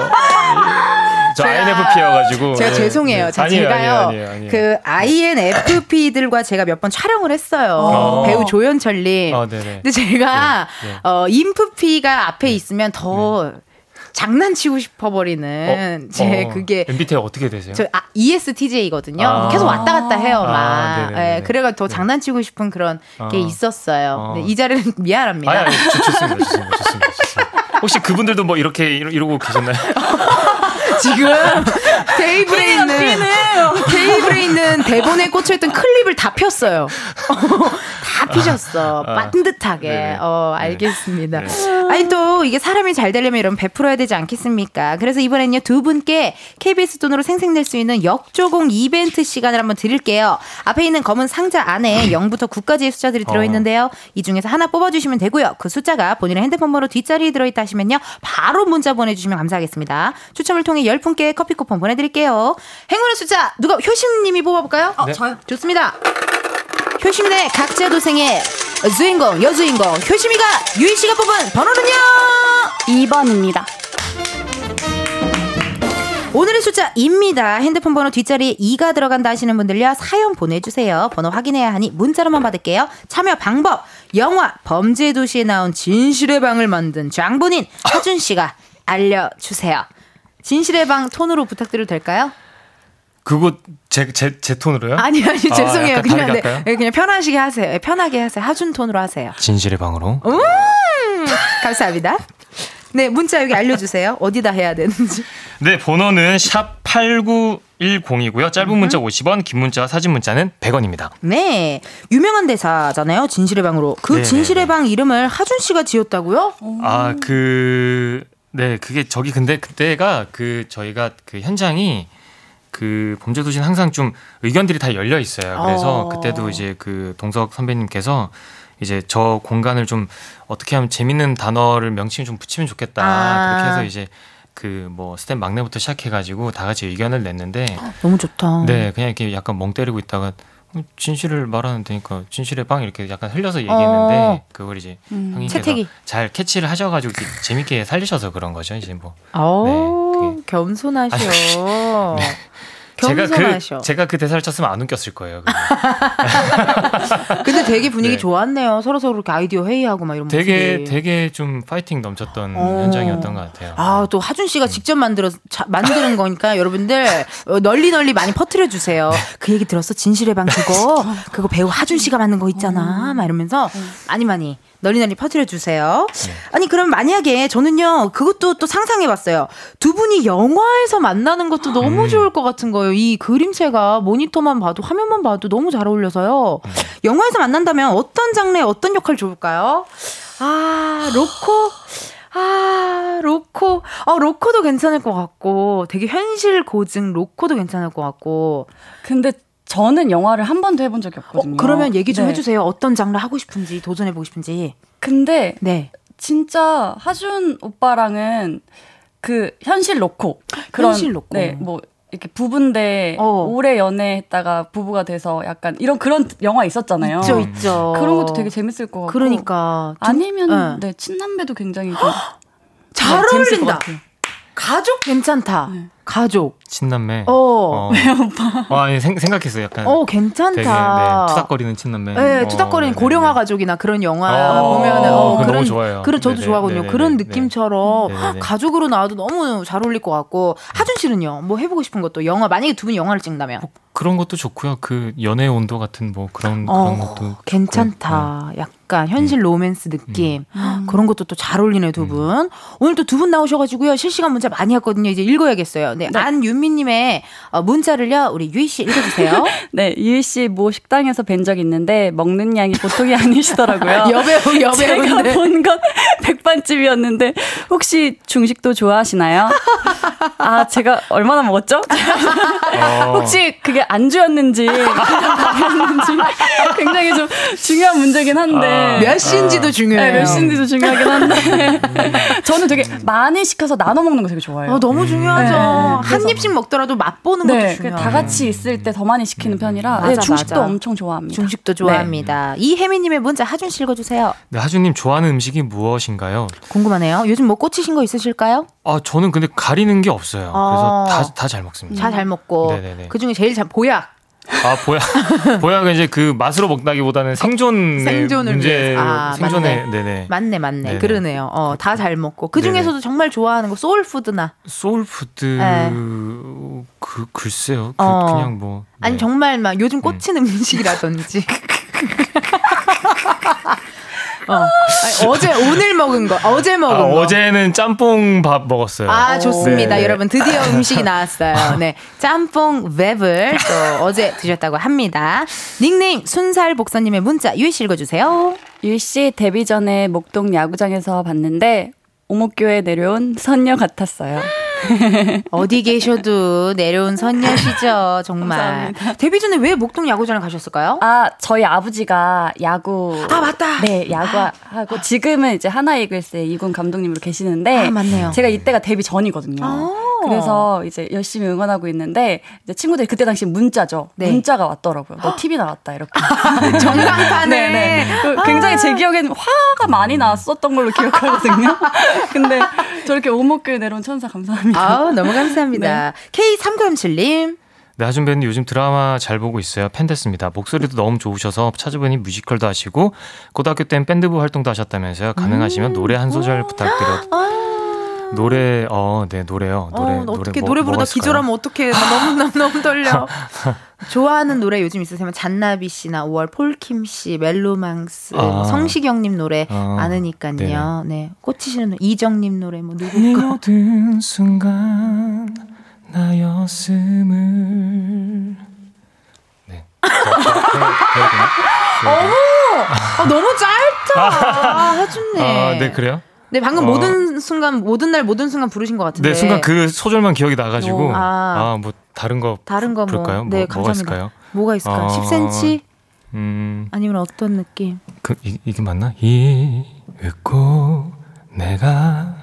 저 INFP여가지고 네, 제가 죄송해요. 제가, 뭐, 아니에요, 제가요. 아니에요, 아니에요, 아니에요. 네. 그 INFP들과 제가 몇 번 촬영을 했어요. 어. 배우 조현철 님. 아, 네네. 근데 제가 네, 네. 어 인프피가 앞에 있으면 더 장난치고 싶어 버리는 제 어, 그게 MBTI 어떻게 되세요? 저 아, ESTJ거든요. 아. 계속 왔다 갔다 해요, 막. 아, 네네네. 예, 그래가 더 네. 장난치고 싶은 그런 게 아. 있었어요. 아. 네, 이 자리는 [LAUGHS] 미안합니다. 아니, 아니, [LAUGHS] 좋- 좋습니다, 좋습니다, 좋습니다, 좋습니다. 혹시 그분들도 뭐 이렇게 이러- 이러고 계셨나요? 지금 테이블에 있는 [LAUGHS] 테이블에 있는 대본에 꽂혀있던 클립을 다 폈어요. [LAUGHS] 다 피셨어. 아. 반듯하게. 네네. 어, 네. 알겠습니다. 아니 또 이게 사람이 잘 되려면 이런 베풀어야 되지 않겠습니까? 그래서 이번엔요 두 분께 KBS 돈으로 생생낼 수 있는 역조공 이벤트 시간을 한번 드릴게요. 앞에 있는 검은 상자 안에 0부터 9까지의 숫자들이 들어있는데요. 이 중에서 하나 뽑아주시면 되고요. 그 숫자가 본인의 핸드폰 번호 뒷자리에 들어있다 하시면요 바로 문자 보내주시면 감사하겠습니다. 추첨을 통해 10분께 커피 쿠폰 보내드릴게요. 행운의 숫자 누가 효심님이 뽑아볼까요? 어, 저요. 좋습니다. 효심의 각자 도생의 주인공 여주인공 효심이가 유희 씨가 뽑은 번호는요. 2번입니다. 오늘의 숫자입니다. 핸드폰 번호 뒷자리에 2가 들어간다 하시는 분들요. 사연 보내주세요. 번호 확인해야 하니 문자로만 받을게요. 참여 방법. 영화 범죄 도시에 나온 진실의 방을 만든 장본인 하준 씨가 알려주세요. 진실의 방 톤으로 부탁드려도 될까요? 그거 제, 제, 제 톤으로요? 아니 아니 아, 죄송해요. 약간 그냥 다르게 네, 할까요? 네, 그냥 편하시게 하세요. 네, 편하게 하세요. 하준 톤으로 하세요. 진실의 방으로. 어? 감사합니다. 네, 문자 여기 알려주세요. 어디다 해야 되는지. 네, 번호는 샵 8910이고요. 음. 짧은 문자 50원, 긴 문자, 사진 문자는 100원입니다. 네, 유명한 대사잖아요. 진실의 방으로. 그 네네네. 진실의 방 이름을 하준 씨가 지었다고요? 아, 그, 네, 그게 저기 근데 그때가 그 저희가 그 현장이 그 범죄 도시는 항상 좀 의견들이 다 열려 있어요. 그래서 어. 그때도 이제 그 동석 선배님께서 이제 저 공간을 좀 어떻게 하면 재밌는 단어를 명칭을 좀 붙이면 좋겠다. 아. 그렇게 해서 이제 그 뭐 스텝 막내부터 시작해가지고 다 같이 의견을 냈는데 너무 좋다. 네, 그냥 이렇게 약간 멍 때리고 있다가 음, 진실을 말하는 데니까 진실의 방 이렇게 약간 흘려서 얘기했는데 어. 그걸 이제 음. 형님께서 채택이. 잘 캐치를 하셔가지고 이렇게 재밌게 살리셔서 그런 거죠 이제 뭐 어우, 네, 겸손하셔. 제가 그 겸손하셔. 제가 그 대사를 쳤으면 안 웃겼을 거예요. [LAUGHS] 그거. 근데 되게 분위기 네. 좋았네요. 서로 서로 이렇게 아이디어 회의하고 막 이런 되게 모습이. 되게 좀 파이팅 넘쳤던 어. 현장이었던 것 같아요. 음. 아, 또 하준 씨가 직접 만들어 자, 만드는 거니까 [LAUGHS] 여러분들 어, 널리 널리 많이 퍼뜨려 주세요. 네. 그 얘기 들었어? 진실의 방 [LAUGHS] 그거 그거 배우 하준 씨가 만든 거 음. 있잖아. 막 이러면서 많이 많이 널리 널리 퍼뜨려 주세요. 네. 아니 그럼 만약에 저는요 그것도 또 상상해 봤어요. 두 분이 영화에서 만나는 것도 음. 너무 좋을 것 같은 거예요. 이 그림체가 모니터만 봐도 화면만 봐도 너무 잘 어울려서요. 음. 영화에서 만난다면 어떤 장르에 어떤 역할 좋을까요? 아 로코 아 로코 아 로코도 괜찮을 것 같고 되게 현실 고증 로코도 괜찮을 것 같고 근데 저는 영화를 한 번도 해본 적이 어, 없거든요. 그러면 얘기 좀 네. 해주세요 어떤 장르 하고 싶은지 도전해 보고 싶은지 근데 네 진짜 하준 오빠랑은 그 현실 놓고 그런 현실 놓고. 네, 뭐 이렇게 부부인데 어. 오래 연애했다가 부부가 돼서 약간 이런 그런 영화 있었잖아요. 있죠 있죠 음. 그런 것도 되게 재밌을 것 같고. 그러니까 좀 아니면 네. 네, 친남배도 굉장히 좀 잘 네, 재밌을 것 어울린다 같아요. 가족 괜찮다 네. 가족 친남매. 어 어 [LAUGHS] 와, 아니, 생, 생각했어요. 약간 괜찮다 되게 네, 투닥거리는 친남매. 네, 어, 투닥거리는 네네. 고령화 가족이나 그런 영화 어, 보면은 어, 그거 그런 너무 좋아요. 그런 저도 네네, 좋아하거든요. 네네네, 그런 네. 느낌처럼 아, 네네네. 가족으로 나와도 너무 잘 어울릴 것 같고 하준 씨는요. 뭐 해보고 싶은 것도 영화 만약에 두 분 영화를 찍는다면 그런 것도 좋고요. 그 연애 온도 같은 뭐 그런 어, [LAUGHS] 그런 것도 네. 괜찮다. 약간 현실 로맨스 음. 느낌 그런 것도 또 잘 어울리네요 두 분. 오늘 또 두 분 나오셔가지고요 실시간 문자 많이 왔거든요. 이제 읽어야겠어요. 네, 안윤미님의 어, 문자를요 우리 유희 씨 [LAUGHS] 읽어주세요. 네, 유일 씨모 식당에서 뵌 적 있는데 먹는 양이 보통이 [LAUGHS] 아니시더라고요. 여배우 제가 여배우인데. 본 건 [LAUGHS] 백반집이었는데 혹시 중식도 [LAUGHS] 좋아하시나요? 아 제가 얼마나 먹었죠? 괜찮. [LAUGHS] 혹시 그게 안주였는지 [LAUGHS] 그냥 밥이었는지 굉장히 좀 중요한 문제긴 한데. 몇 아. 시인지도 중요해요. 네, 몇 시인지도 중요하긴 한데. [LAUGHS] 저는 되게 많이 시켜서 나눠 먹는 거 되게 좋아해요. 어, 너무 중요하죠. 네. 한 입씩 먹더라도 맛보는 네, 것도 중요해요. 다 같이 있을 때 더 많이 시키는 편이라 맞아, 네, 중식도 맞아. 엄청 좋아합니다. 중식도 좋아합니다. 네. 이혜미님의 문자 하준 씨 읽어주세요. 네, 하주님 좋아하는 음식이 무엇인가요? 궁금하네요. 요즘 뭐 꽂히신 거 있으실까요? 아 저는 근데 가리는 게 없어요. 아. 그래서 다 다 잘 먹습니다. 다 잘 먹고 음. 네네네. 그 중에 제일 잘 보약. 아 보약 [LAUGHS] 보약은 이제 그 맛으로 먹다기보다는 생존의 생존을 문제 위해서. 아, 생존의 맞네. 네네 맞네, 맞네. 네네. 그러네요. 어, 다 잘 먹고 그 중에서도 정말 좋아하는 거 소울푸드나 소울푸드 네. 그 글쎄요 그, 어. 냥뭐 네. 아니 정말 막 요즘 꽂힌 음. 식이라든지 어. 아니, 어제 오늘 먹은 거 어제 먹은 아, 거 어제는 짬뽕 밥 먹었어요. 아, 좋습니다. 네, 네. 여러분, 드디어 음식이 나왔어요. 네. 짬뽕 웹을 또 어제 드셨다고 합니다. 닉네임 순살 복사님의 문자 유희씨 읽어주세요. 일시 데뷔 전에 목동 야구장에서 봤는데 오목교에 내려온 선녀 같았어요. 어디 계셔도 내려온 선녀시죠, 정말. 데뷔 전에 왜 목동 야구장을 가셨을까요? 아 저희 아버지가 야구 아, 맞다. 네 야구하고 지금은 이제 하나이글스의 이군 감독님으로 계시는데 아, 맞네요. 제가 이때가 데뷔 전이거든요. 아. 그래서 이제 열심히 응원하고 있는데 이제 친구들이 그때 당시 문자죠. 네. 문자가 왔더라고요. 너 TV [LAUGHS] 나왔다 이렇게. 정강판에. 네, 네. 그 굉장히 제 기억에는 화가 많이 났었던 걸로 [LAUGHS] 기억하거든요. 근데 저렇게 오목교에 내려온 천사 감사합니다. 아우, 너무 네. 감사합니다. K3937님. 네, 하준 배우님 요즘 드라마 잘 보고 있어요. 팬 됐습니다. 목소리도 너무 좋으셔서 찾아보니 뮤지컬도 하시고 고등학교 땐 밴드부 활동도 하셨다면서요. 음, 가능하시면 노래 한 소절 부탁드려요. 노래 어네 노래요. 노래 아. 어, 어떻게 뭐- 노래 뭐가 부르다 있을까요? 기절하면 어떻게 너무 너무 너무 [LAUGHS] 떨려. 좋아하는 노래 요즘 있으세요? 잔나비 씨나 5월 폴킴 씨, 멜로망스, 아. 뭐 성시경님 노래 아, 아느니까요. 네, 꽂히시는 노래. 이정님 노래 뭐 네 누구 거? 모든 순간 나였음을 네. 아, 너무 짧다. 아, 하준네. 아, 네 그래요? 네, 방금 어. 모든 순간 모든 날 모든 순간 부르신 것 같은데. 네, 순간 그 소절만 기억이 나가지고 오, 아. 아 뭐 다른 거 다른 거 뭐. 부를까요? 네, 뭐, 뭐가 감사합니다. 있을까요? 뭐가 있을까요? 어. 10cm 음 아니면 어떤 느낌? 그 이, 이게 맞나? 이윽고 내가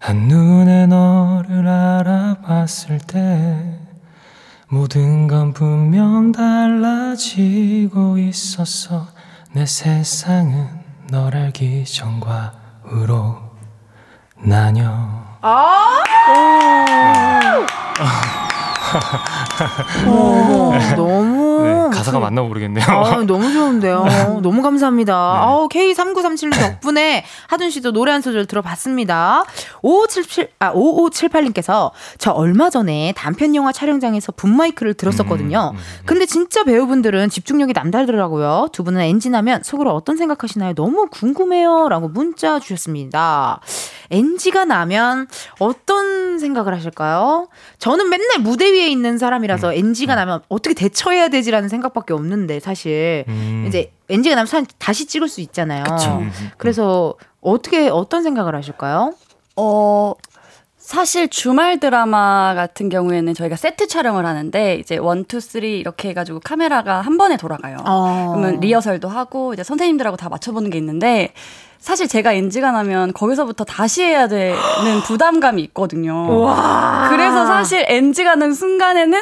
한눈에 너를 알아봤을 때 모든 건 분명 달라지고 있었어 내 세상은 널 알기 전과 후로 나뉘어 어머, 너무 네, 가사가 음. 맞나 모르겠네요 네. 아, 너무 좋은데요. 너무 감사합니다. 아우, K3937 덕분에 하준 씨도 노래 한 소절 들어봤습니다. 5577, 아, 5578님께서 저 얼마 전에 단편 영화 촬영장에서 붐마이크를 들었었거든요. 음, 음, 근데 진짜 배우분들은 집중력이 남다르더라고요. 두 분은 엔진하면 속으로 어떤 생각하시나요? 너무 궁금해요. 라고 문자 주셨습니다. 엔지가 나면 어떤 생각을 하실까요? 저는 맨날 무대 위에 있는 음. 사람이라서 엔지가 나면 어떻게 대처해야 되지라는 생각밖에 없는데 사실 [LAUGHS] 음. 이제 엔지가 나면 사람 다시 찍을 수 있잖아요. 음, 음. 래서 어떻게 어떤 생각을 하실까요? 어, 사실 주말 드라마 같은 경우에는 저희가 세트 촬영을 하는데 이제 원, 투, 쓰리 이렇게 해가지고 카메라가 한 번에 돌아가요. 그러면 리허설도 하고 이제 선생님들하고 다 맞춰보는 게 있는데 사실 제가 NG가 나면 거기서부터 다시 해야 [GASPS] 되는 부담감이 있거든요. 그래서 사실 NG 가는 순간에는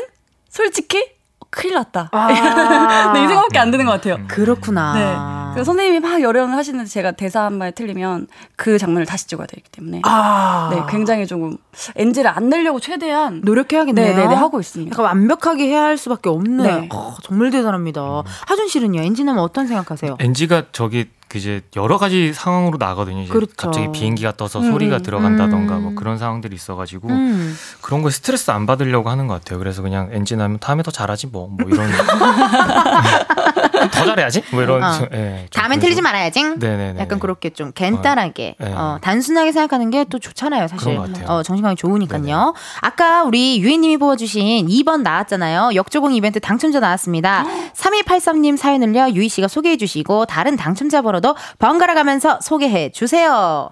솔직히 어, 큰일 났다. 아, [LAUGHS] 네, 이 생각밖에 안 드는 것 음. 같아요. 네. 그렇구나. 그래서 선생님이 막 열연을 하시는데 제가 대사 한 마디 틀리면 그 장면을 다시 찍어야 되기 때문에 아. 네, 굉장히 조금 NG를 안 내려고 최대한 노력해야겠네요. 아. 네, 네, 네, 하고 있습니다. 약간 완벽하게 해야 할 수밖에 없는. 네. 어, 정말 음. 대단합니다. 하준 씨는요. 엔진하면 어떤 생각하세요? NG가 저기 그 이제 여러 가지 상황으로 나거든요. 이제 그렇죠. 갑자기 비행기가 떠서 소리가 들어간다던가 뭐 그런 상황들이 있어가지고 음. 그런 거에 스트레스 안 받으려고 하는 것 같아요. 그래서 그냥 NG 나면 다음에 더 잘하지 뭐, [LAUGHS] 뭐 이런 [LAUGHS] 더 잘해야지 뭐 이런 어. 예, 좀 다음엔 그래서- 틀리지 말아야지. 네네네. 약간 그렇게 좀 간단하게 네. 어, 단순하게 생각하는 게 또 좋잖아요 사실 그런 것 같아요. 어, 정신감이 좋으니까요 아까 우리 유인님이 뽑아주신 2번 나왔잖아요 역조공 이벤트 당첨자 나왔습니다 3283님 사연을요 유희씨가 소개해 주시고 다른 당첨자 번호도 번갈아 가면서 소개해 주세요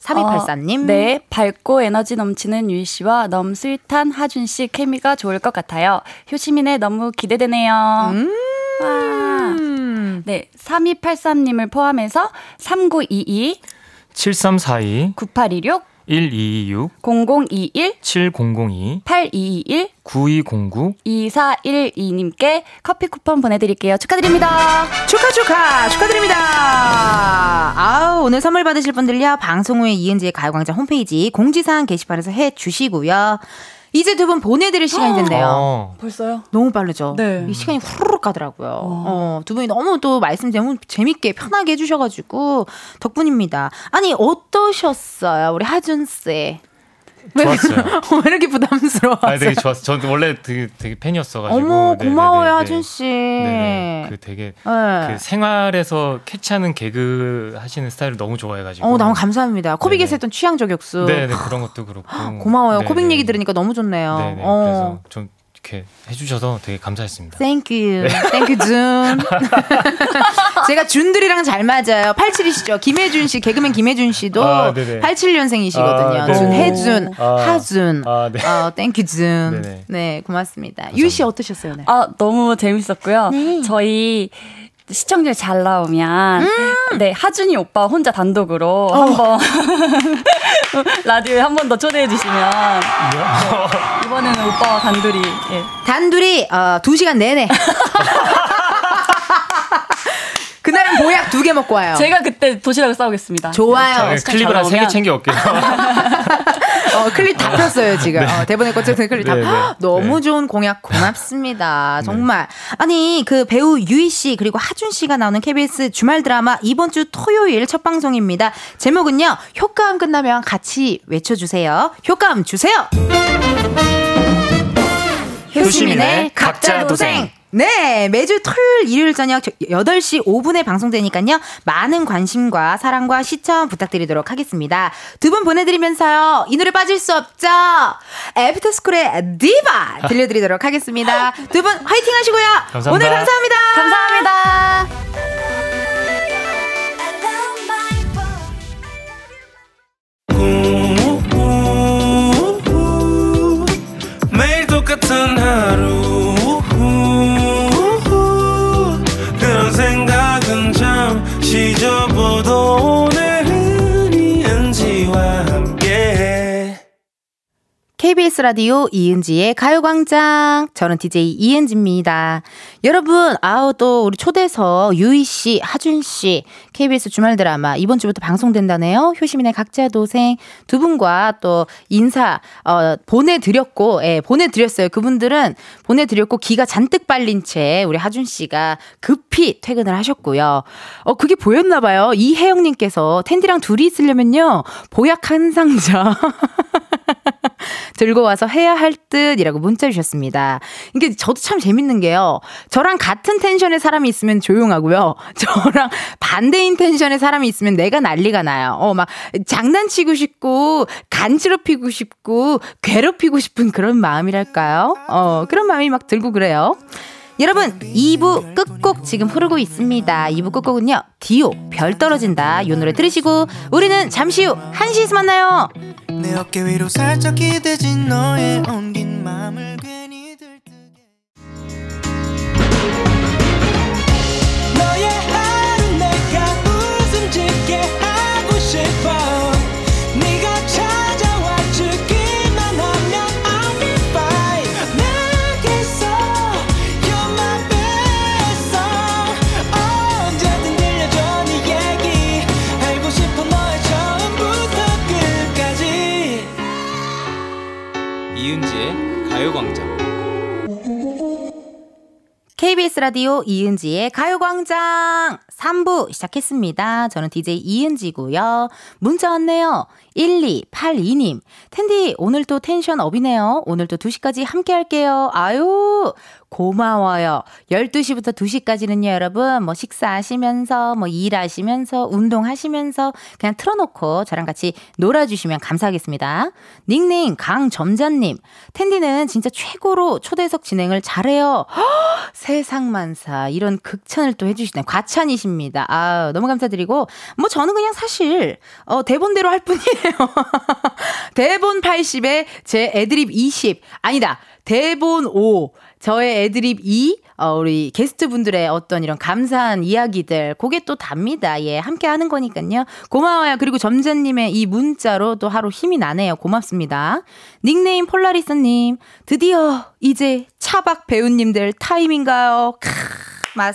3283님 어, 네, 밝고 에너지 넘치는 유희 씨와 넘슬탄 하준 씨 음. 케미가 좋을 것 같아요. 효시민의 너무 기대되네요. 와. 네, 3283님을 포함해서 3922, 7342 9826, 1226 0021, 7002 8221, 9209 2412님께 커피 쿠폰 보내드릴게요. 축하드립니다. 축하 축하 축하드립니다. 아우 오늘 선물 받으실 분들요 방송 후에 이은지의 가요광장 홈페이지 공지사항 게시판에서 해 주시고요. 이제 두 분 보내드릴 시간이 됐네요. 어, 벌써요? 너무 빠르죠. 네. 이 시간이 후루룩 가더라고요. 어, 두 분이 너무 또 말씀 너무 재밌게 편하게 해주셔가지고 덕분입니다. 아니 어떠셨어요, 우리 하준 씨? 왜, 좋았어요. [LAUGHS] 왜 이렇게 부담스러워? 아 되게 좋았어. 전 원래 되게 되게 팬이었어가지고. 어머 네네네. 고마워요 하준 씨. 네네. 그 되게 네. 그 생활에서 캐치하는 개그 하시는 스타일을 너무 좋아해가지고. 어, 너무 감사합니다. 코빅에서 네네. 했던 취향 저격수. 네네 그런 것도 그렇고. [GASPS] 고마워요. 네네. 코빅 얘기 들으니까 너무 좋네요. 네네 어. 그래서 좀 이렇게 해주셔서 되게 감사했습니다. Thank 네. you. Thank you, 준. [LAUGHS] 제가 준들이랑 잘 맞아요. 87이시죠. 김혜준 씨, 개그맨 김혜준 씨도 아, 네네. 87년생이시거든요. 아, 네네. 준, 해준, 아. 하준. 아, 네. 어, 땡큐 준. 네네. 네, 고맙습니다. 유 씨 어떠셨어요? 오늘? 아, 너무 재밌었고요. 네. 저희 시청률 잘 나오면 음! 네 하준이 오빠 혼자 단독으로 어. 한번 [LAUGHS] 라디오에 한 번 더 초대해 주시면 네, 이번에는 오빠와 단둘이 예. 단둘이 어, 2시간 내내. [LAUGHS] 그날은 보약 두 개 먹고 어. 와요. 제가 그때 도시락을 싸오겠습니다. 좋아요. 아, 클립을 한 세 개 나오면- 챙겨 올게요. [LAUGHS] 어, 클립 다 폈어요, 지금. 어, 대본에 꽂혀있는 클립 다. 네, 네. 헉, 너무 네. 좋은 공약 [LAUGHS] 고맙습니다. 정말. 아니, 그 배우 유희 씨, 그리고 하준 씨가 나오는 KBS 주말 드라마 이번 주 토요일 첫 방송입니다. 제목은요, 효과음 끝나면 같이 외쳐주세요. 효과음 주세요! 효시민의 각자 도생. 네, 매주 토요일, 일요일 저녁 8시 5분에 방송되니까요. 많은 관심과 사랑과 시청 부탁드리도록 하겠습니다. 두 분 보내드리면서요. 이 노래 빠질 수 없죠? 애프터스쿨의 디바 들려드리도록 [LAUGHS] 하겠습니다. 두 분 화이팅 하시고요. 감사합니다. 오늘 감사합니다. 감사합니다. 우, 매일 똑같은 하루 우, 그런 생각은 잠시 접어도 오늘은 이은지와 함께 KBS 라디오 이은지의 가요광장. 저는 DJ 이은지입니다. 여러분, 아우, 또 우리 초대서 유희 씨, 하준 씨, KBS 주말 드라마 이번 주부터 방송된다네요. 효시민의 각자 도생 두 분과 또 인사, 어, 보내드렸고, 예, 보내드렸어요. 그분들은 보내드렸고, 기가 잔뜩 빨린 채 우리 하준 씨가 급히 퇴근을 하셨고요. 어, 그게 보였나봐요. 이혜영님께서 텐디랑 둘이 있으려면요, 보약 한 상자. [LAUGHS] 들고 와서 해야 할 듯이라고 문자 주셨습니다. 이게 저도 참 재밌는 게요. 저랑 같은 텐션의 사람이 있으면 조용하고요. [LAUGHS] 저랑 반대인 텐션의 사람이 있으면 내가 난리가 나요. 어, 막 장난치고 싶고 간지럽히고 싶고 괴롭히고 싶은 그런 마음이랄까요? 어, 그런 마음이 막 들고 그래요. 여러분 2부 끝곡 지금 흐르고 있습니다 2부 끝곡은요 디오 별 떨어진다 요 노래 들으시고 우리는 잠시 후 1시에서 만나요 내 어깨 위로 살짝 기대진 너의 엉긴 맘을 괜히 들뜨게 너의 하루 내가 웃음 짓게 하고 싶어 네가 찾아와 주기만 하면 I'll be fine 내게 있어 You're my best song 언제든 들려줘 네 얘기 알고 싶어 너의 처음부터 끝까지 이은지의 가요광장. KBS 라디오 이은지의 가요광장 3부 시작했습니다. 저는 DJ 이은지고요. 문자 왔네요. 1282님. 텐디, 오늘 또 텐션 업이네요. 오늘 또 2시까지 함께 할게요. 아유, 고마워요. 12시부터 2시까지는요, 여러분. 뭐 식사하시면서, 뭐 일하시면서, 운동하시면서 그냥 틀어놓고 저랑 같이 놀아주시면 감사하겠습니다. 닉네임 강점자님. 텐디는 진짜 최고로 초대석 진행을 잘해요. 세상만사 이런 극찬을 또 해주시네 과찬이십니다. 아 너무 감사드리고 뭐 저는 그냥 사실 어, 대본대로 할 뿐이에요. [LAUGHS] 대본 80에 제 애드립 20 아니다 대본 5 저의 애드립 2, 어, 우리 게스트분들의 어떤 이런 감사한 이야기들, 그게 또 답니다. 예, 함께 하는 거니까요. 고마워요. 그리고 점재님의 이 문자로 또 하루 힘이 나네요. 고맙습니다. 닉네임 폴라리스님, 드디어 이제 차박 배우님들 타임인가요? 크.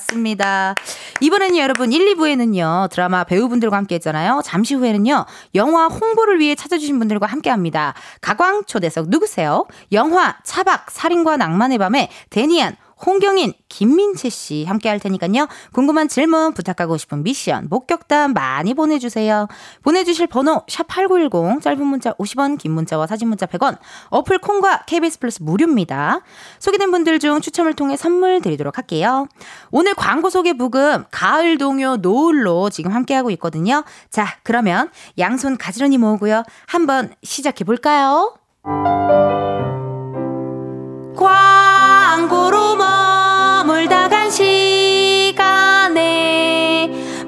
맞습니다. 이번에는 여러분 1, 2부에는요. 드라마 배우분들과 함께 했잖아요. 잠시 후에는요. 영화 홍보를 위해 찾아주신 분들과 함께 합니다. 가광 초대석 누구세요? 영화 차박 살인과 낭만의 밤에 데니안 홍경인, 김민채 씨 함께 할 테니까요. 궁금한 질문, 부탁하고 싶은 미션, 목격담 많이 보내주세요. 보내주실 번호 샵8910 짧은 문자 50원 긴 문자와 사진 문자 100원 어플 콩과 KBS 플러스 무료입니다. 소개된 분들 중 추첨을 통해 선물 드리도록 할게요. 오늘 광고 소개 부금 가을 동요 노을로 지금 함께하고 있거든요. 자 그러면 양손 가지런히 모으고요. 한번 시작해볼까요? 광고로 머물다 간 시간에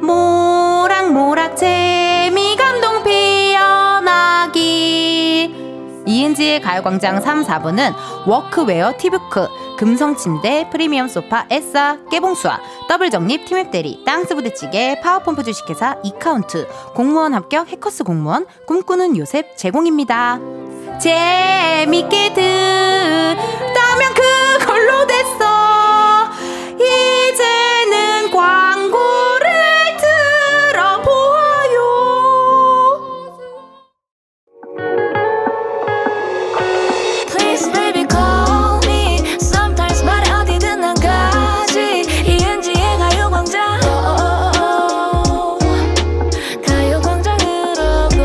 모락모락 재미 감동 피어나기 이은지의 가요광장 3, 4부는 워크웨어 티브크, 금성침대, 프리미엄 소파, 에싸, 깨봉수아, 더블정립, 티맵대리, 땅스부대찌개, 파워펌프 주식회사, 이카운트, 공무원 합격, 해커스 공무원, 꿈꾸는 요셉 제공입니다. 재밌게 듣다면 그걸로 됐어 이제는 광고를 들어보아요 Please baby call me Sometimes 말해 어디든 난 가지 이은지의 가요광장 가요광장으로 고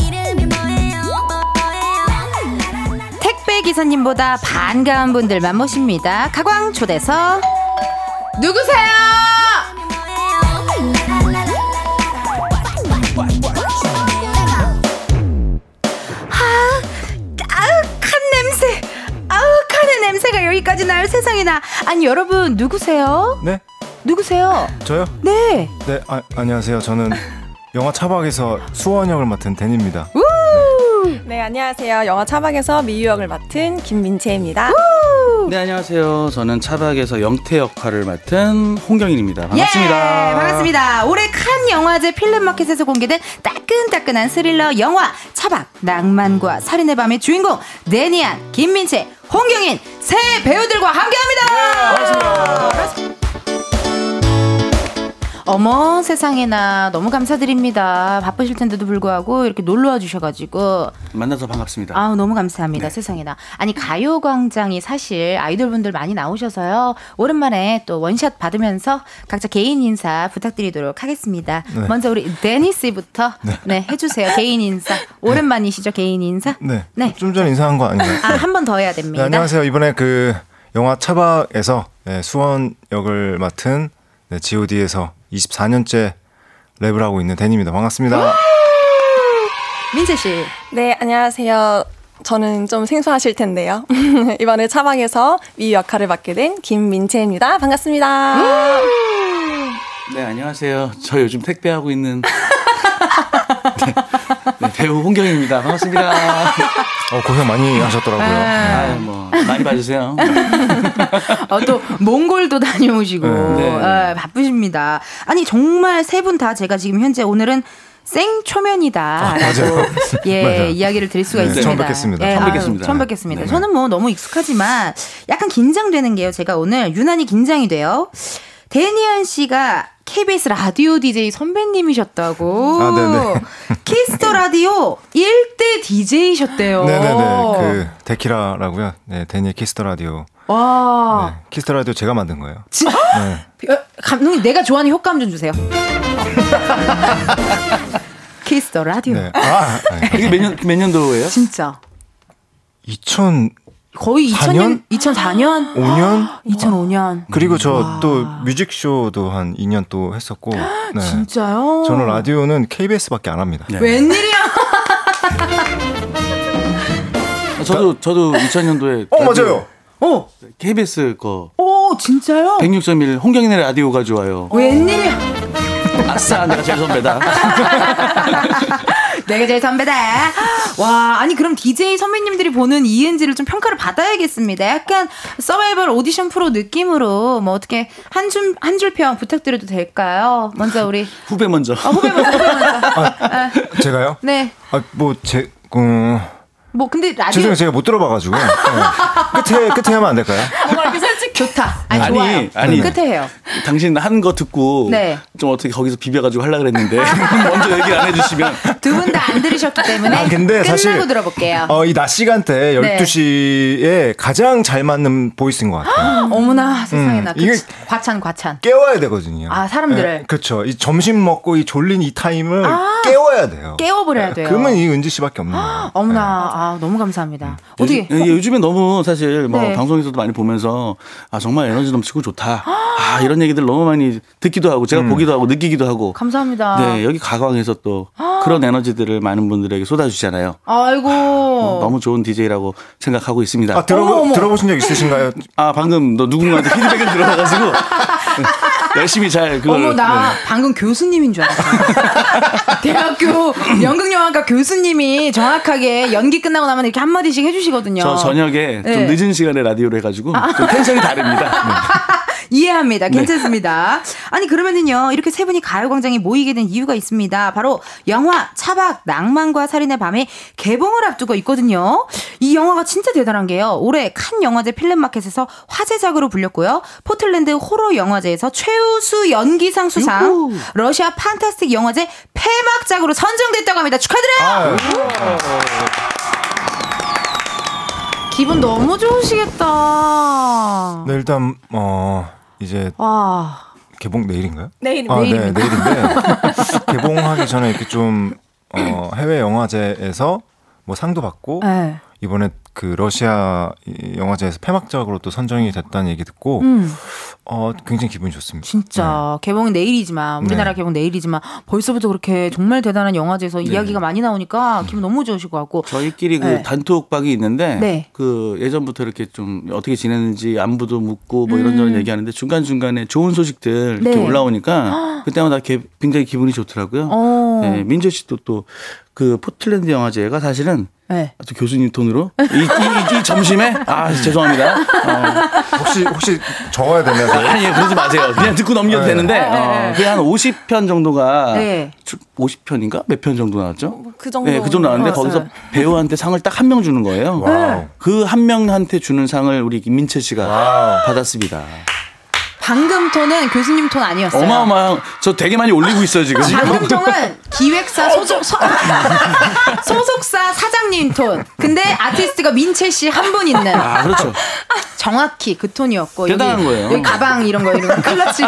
이름이 뭐, 뭐예요? 택배 기사님보다 반가운 분들만 모십니다 가광 초대서 누구세요 아우 칸 냄새 아우 칸의 냄새가 여기까지 날 세상에나 아니 여러분 누구세요? 네? 누구세요? 저요? 네 네, 아, [LAUGHS] 안녕하세요. 저는 영화 차박에서 수원 역을 맡은 데니입니다. 네, 안녕하세요. 영화 차박에서 미유역을 맡은 김민채입니다. 네 안녕하세요. 저는 차박에서 영태 역할을 맡은 홍경인입니다. 반갑습니다. 예, 반갑습니다. 올해 칸 영화제 필름마켓에서 공개된 따끈따끈한 스릴러 영화 차박 낭만과 살인의 밤의 주인공 데니안, 김민채, 홍경인 세 배우들과 네, 함께합니다. 어머 세상에나 너무 감사드립니다. 바쁘실 텐데도 불구하고 이렇게 놀러와 주셔가지고 만나서 반갑습니다. 아우 너무 네. 감사합니다. 세상에나 아니 가요광장이 사실 아이돌분들 많이 나오셔서요 오랜만에 또 원샷 받으면서 각자 개인 인사 부탁드리도록 하겠습니다. 네. 먼저 우리 데니 [LAUGHS] 씨부터 네, 해주세요 개인 인사 오랜만이시죠 개인 인사 네. 네. 좀 전 인사한 거 아닌가요? 아 한 번 더 해야 네, 됩니다. 안녕하세요. 이번에 그 영화 차박에서 네, 수원 역을 맡은 네, G.O.D에서 24년째 랩을 하고 있는 데니입니다. 반갑습니다. 어, 민재 씨 네, 안녕하세요. 저는 좀 생소하실 텐데요. [LAUGHS] 이번에 차박에서 미유 역할을 맡게 된 김민채입니다. 반갑습니다. 음! 네 안녕하세요. 저 요즘 택배하고 있는 [LAUGHS] 네, 네, 배우 홍경인입니다. 반갑습니다. 어, 고생 아. 많이 하셨더라고요. 네. 아유, 뭐 많이 봐주세요. 어, 또 몽골도 [LAUGHS] 다녀오시고 네. 아, 바쁘십니다. 아니 정말 세 분 다 제가 지금 현재 오늘은 생초면이다라고 맞아요. 예 [LAUGHS] 맞아요. 이야기를 드릴 수가 네, 있습니다. 처음 뵙겠습니다. 예, 처음 아유, 뵙겠습니다. 처음 뵙겠습니다. 네. 저는 뭐 너무 익숙하지만 약간 긴장되는 게요. 제가 오늘 유난히 긴장이 돼요. 데니안 씨가 KBS 라디오 DJ 선배님이셨다고. 아, 네네. 키스터 라디오 1대 DJ셨대요. 네, 네네네. 그 데키라라고요. 네, 데니의 키스터 라디오. 와. 네, 키스터 라디오 제가 만든 거예요. 진- 네. 어, 감독님 내가 좋아하는 효과음 좀 주세요. [LAUGHS] 키스 더 라디오. 네. [LAUGHS] 아, 아니, 이게 몇년 몇 년도예요? 진짜 2000 거의 2000년, 2004년, 5년 2005년. 그리고 저 음. 또 뮤직쇼도 한 2년 또 했었고 네. 진짜요? 저는 라디오는 KBS밖에 안 합니다. 네. 웬일이야? [LAUGHS] 저도 저도 2000년도에 어 맞아요. 어, KBS 거 오, 오, 진짜요? 106.1 홍경인의 라디오가 좋아요. 웬일이야? 아싸, 내가 제일 선배다. 내가 제일 선배다. 와, 아니 그럼 DJ 선배님들이 보는 ENG를 좀 평가를 받아야겠습니다. 약간 서바이벌 오디션 프로 느낌으로 뭐 어떻게 한 줄 한 줄 평 부탁드려도 될까요? 먼저 우리 후배 먼저. 아, 후배 먼저 후배 먼저. 아, 제가요? 네. 아, 뭐, 제, 음, 뭐 근데 라디오 죄송해요. 제가 못 [LAUGHS] 들어봐가지고. 네. 끝에, 끝에 하면 안 될까요? [LAUGHS] 좋다. 아니, 아니, 좋아요. 아니. 끝에 해요. 당신 한 거 듣고 네. 좀 어떻게 거기서 비벼가지고 하려고 [LAUGHS] 그랬는데 먼저 얘기를 안 해주시면 두 분 다 안 들으셨기 때문에 아, 근데 네. 끝나고 사실. 들어볼게요. 어, 이 낮 시간대 네. 12시에 가장 잘 맞는 보이스인 것 같아요. 어머나 세상에나 음, 이게- 그치. 과찬 과찬. 깨워야 되거든요. 아, 사람들을. 아. 그렇죠. 이 점심 먹고 이 졸린 이 타임을 깨워야 돼요. 깨워버려야 예, 돼요. 그러면 이 은지 씨밖에 없는 거예요. 어머나 네. 아 너무 감사합니다. 어떻게 요즘- 이게 요즘에 너무 사실 뭐 네. 방송에서도 많이 보면서 아 정말 에너지 넘치고 좋다 아 이런 얘기들 너무 많이 듣기도 하고 음. 제가 보기도 하고 느끼기도 하고 감사합니다. 네 여기 가광에서 또 그런 에너지들을 많은 분들에게 쏟아주잖아요 아이고 너무 좋은 DJ라고 생각하고 있습니다 아, 아, 들어보, 들어보신 적 있으신가요? 방금 너 누군가한테 피드백을 들어가가지고 [LAUGHS] 열심히 잘 그걸 네. 어머 나 방금 교수님인 줄 알았어. [LAUGHS] 대학교 연극영화과 교수님이 정확하게 연기 끝나고 나면 이렇게 한 마디씩 해주시거든요. 저 저녁에 네. 좀 늦은 시간에 라디오를 해가지고 좀 텐션이 [LAUGHS] 다릅니다. 이해합니다. 괜찮습니다. 아니 그러면은요 이렇게 세 분이 가요광장에 모이게 된 이유가 있습니다. 바로 영화 차박 낭만과 살인의 밤이 개봉을 앞두고 있거든요. 이 영화가 진짜 대단한 게요. 올해 칸 영화제 필름마켓에서 화제작으로 불렸고요. 포틀랜드 호러 영화제에서 최우수 연기상 수상, 러시아 판타스틱 영화제 폐막작으로 선정됐다고 합니다. 축하드려요. 아, 기분 너무 좋으시겠다. 네, 일단, 어, 이제 와. 개봉 내일인가요? 내일, 아, 네, 내일입니다. 내일인데 [LAUGHS] 개봉하기 전에 이렇게 좀 어, 해외 영화제에서 뭐 상도 받고 네. 이번에 그 러시아 이 영화제에서 폐막작으로 또 선정이 됐다는 얘기 듣고 음. 어, 굉장히 기분이 좋습니다. 진짜 네. 개봉은 내일이지만 우리나라 개봉 내일이지만 벌써부터 그렇게 정말 대단한 영화제에서 이야기가 많이 나오니까 기분 너무 좋으실 것 같고 네. 저희끼리 그 네. 단톡방이 있는데 네. 그 예전부터 이렇게 좀 어떻게 지내는지 안부도 묻고 뭐 이런저런 얘기하는데 중간 중간에 좋은 소식들 이렇게 음. 네. [GASPS] 올라오니까 그때마다 개- 굉장히 기분이 좋더라고요. 어. 네, 민재 씨도 또 그 포틀랜드 영화제가 사실은 네. 또 교수님 돈으로 이, 이- 이- 이 점심에 아 죄송합니다. 어. 혹시 혹시 네. 적어야 되나요? [LAUGHS] 아니 그러지 마세요. 그냥 듣고 넘겨도 네. 되는데 어, 그게 한 50편 정도가 네. 어, 50편인가 몇 편 정도 나왔죠? 그 정도. 그 정도 나왔는데 나왔어요. 거기서 배우한테 상을 딱 한 명 주는 거예요. 네. 와우. 그 한 명한테 주는 상을 우리 김민채 씨가 받았습니다. 방금 톤은 교수님 톤 아니었어요. 어마어마한 저 되게 많이 올리고 있어요 지금. 어, 방금 톤은 기획사 소속 소, [LAUGHS] 속사 사장님 톤. 근데 아티스트가 민채 씨 한 분 있는 아 그렇죠. 정확히 그 톤이었고 대단한 여기, 거예요. 여기 가방 이런 거 이런 거 클러치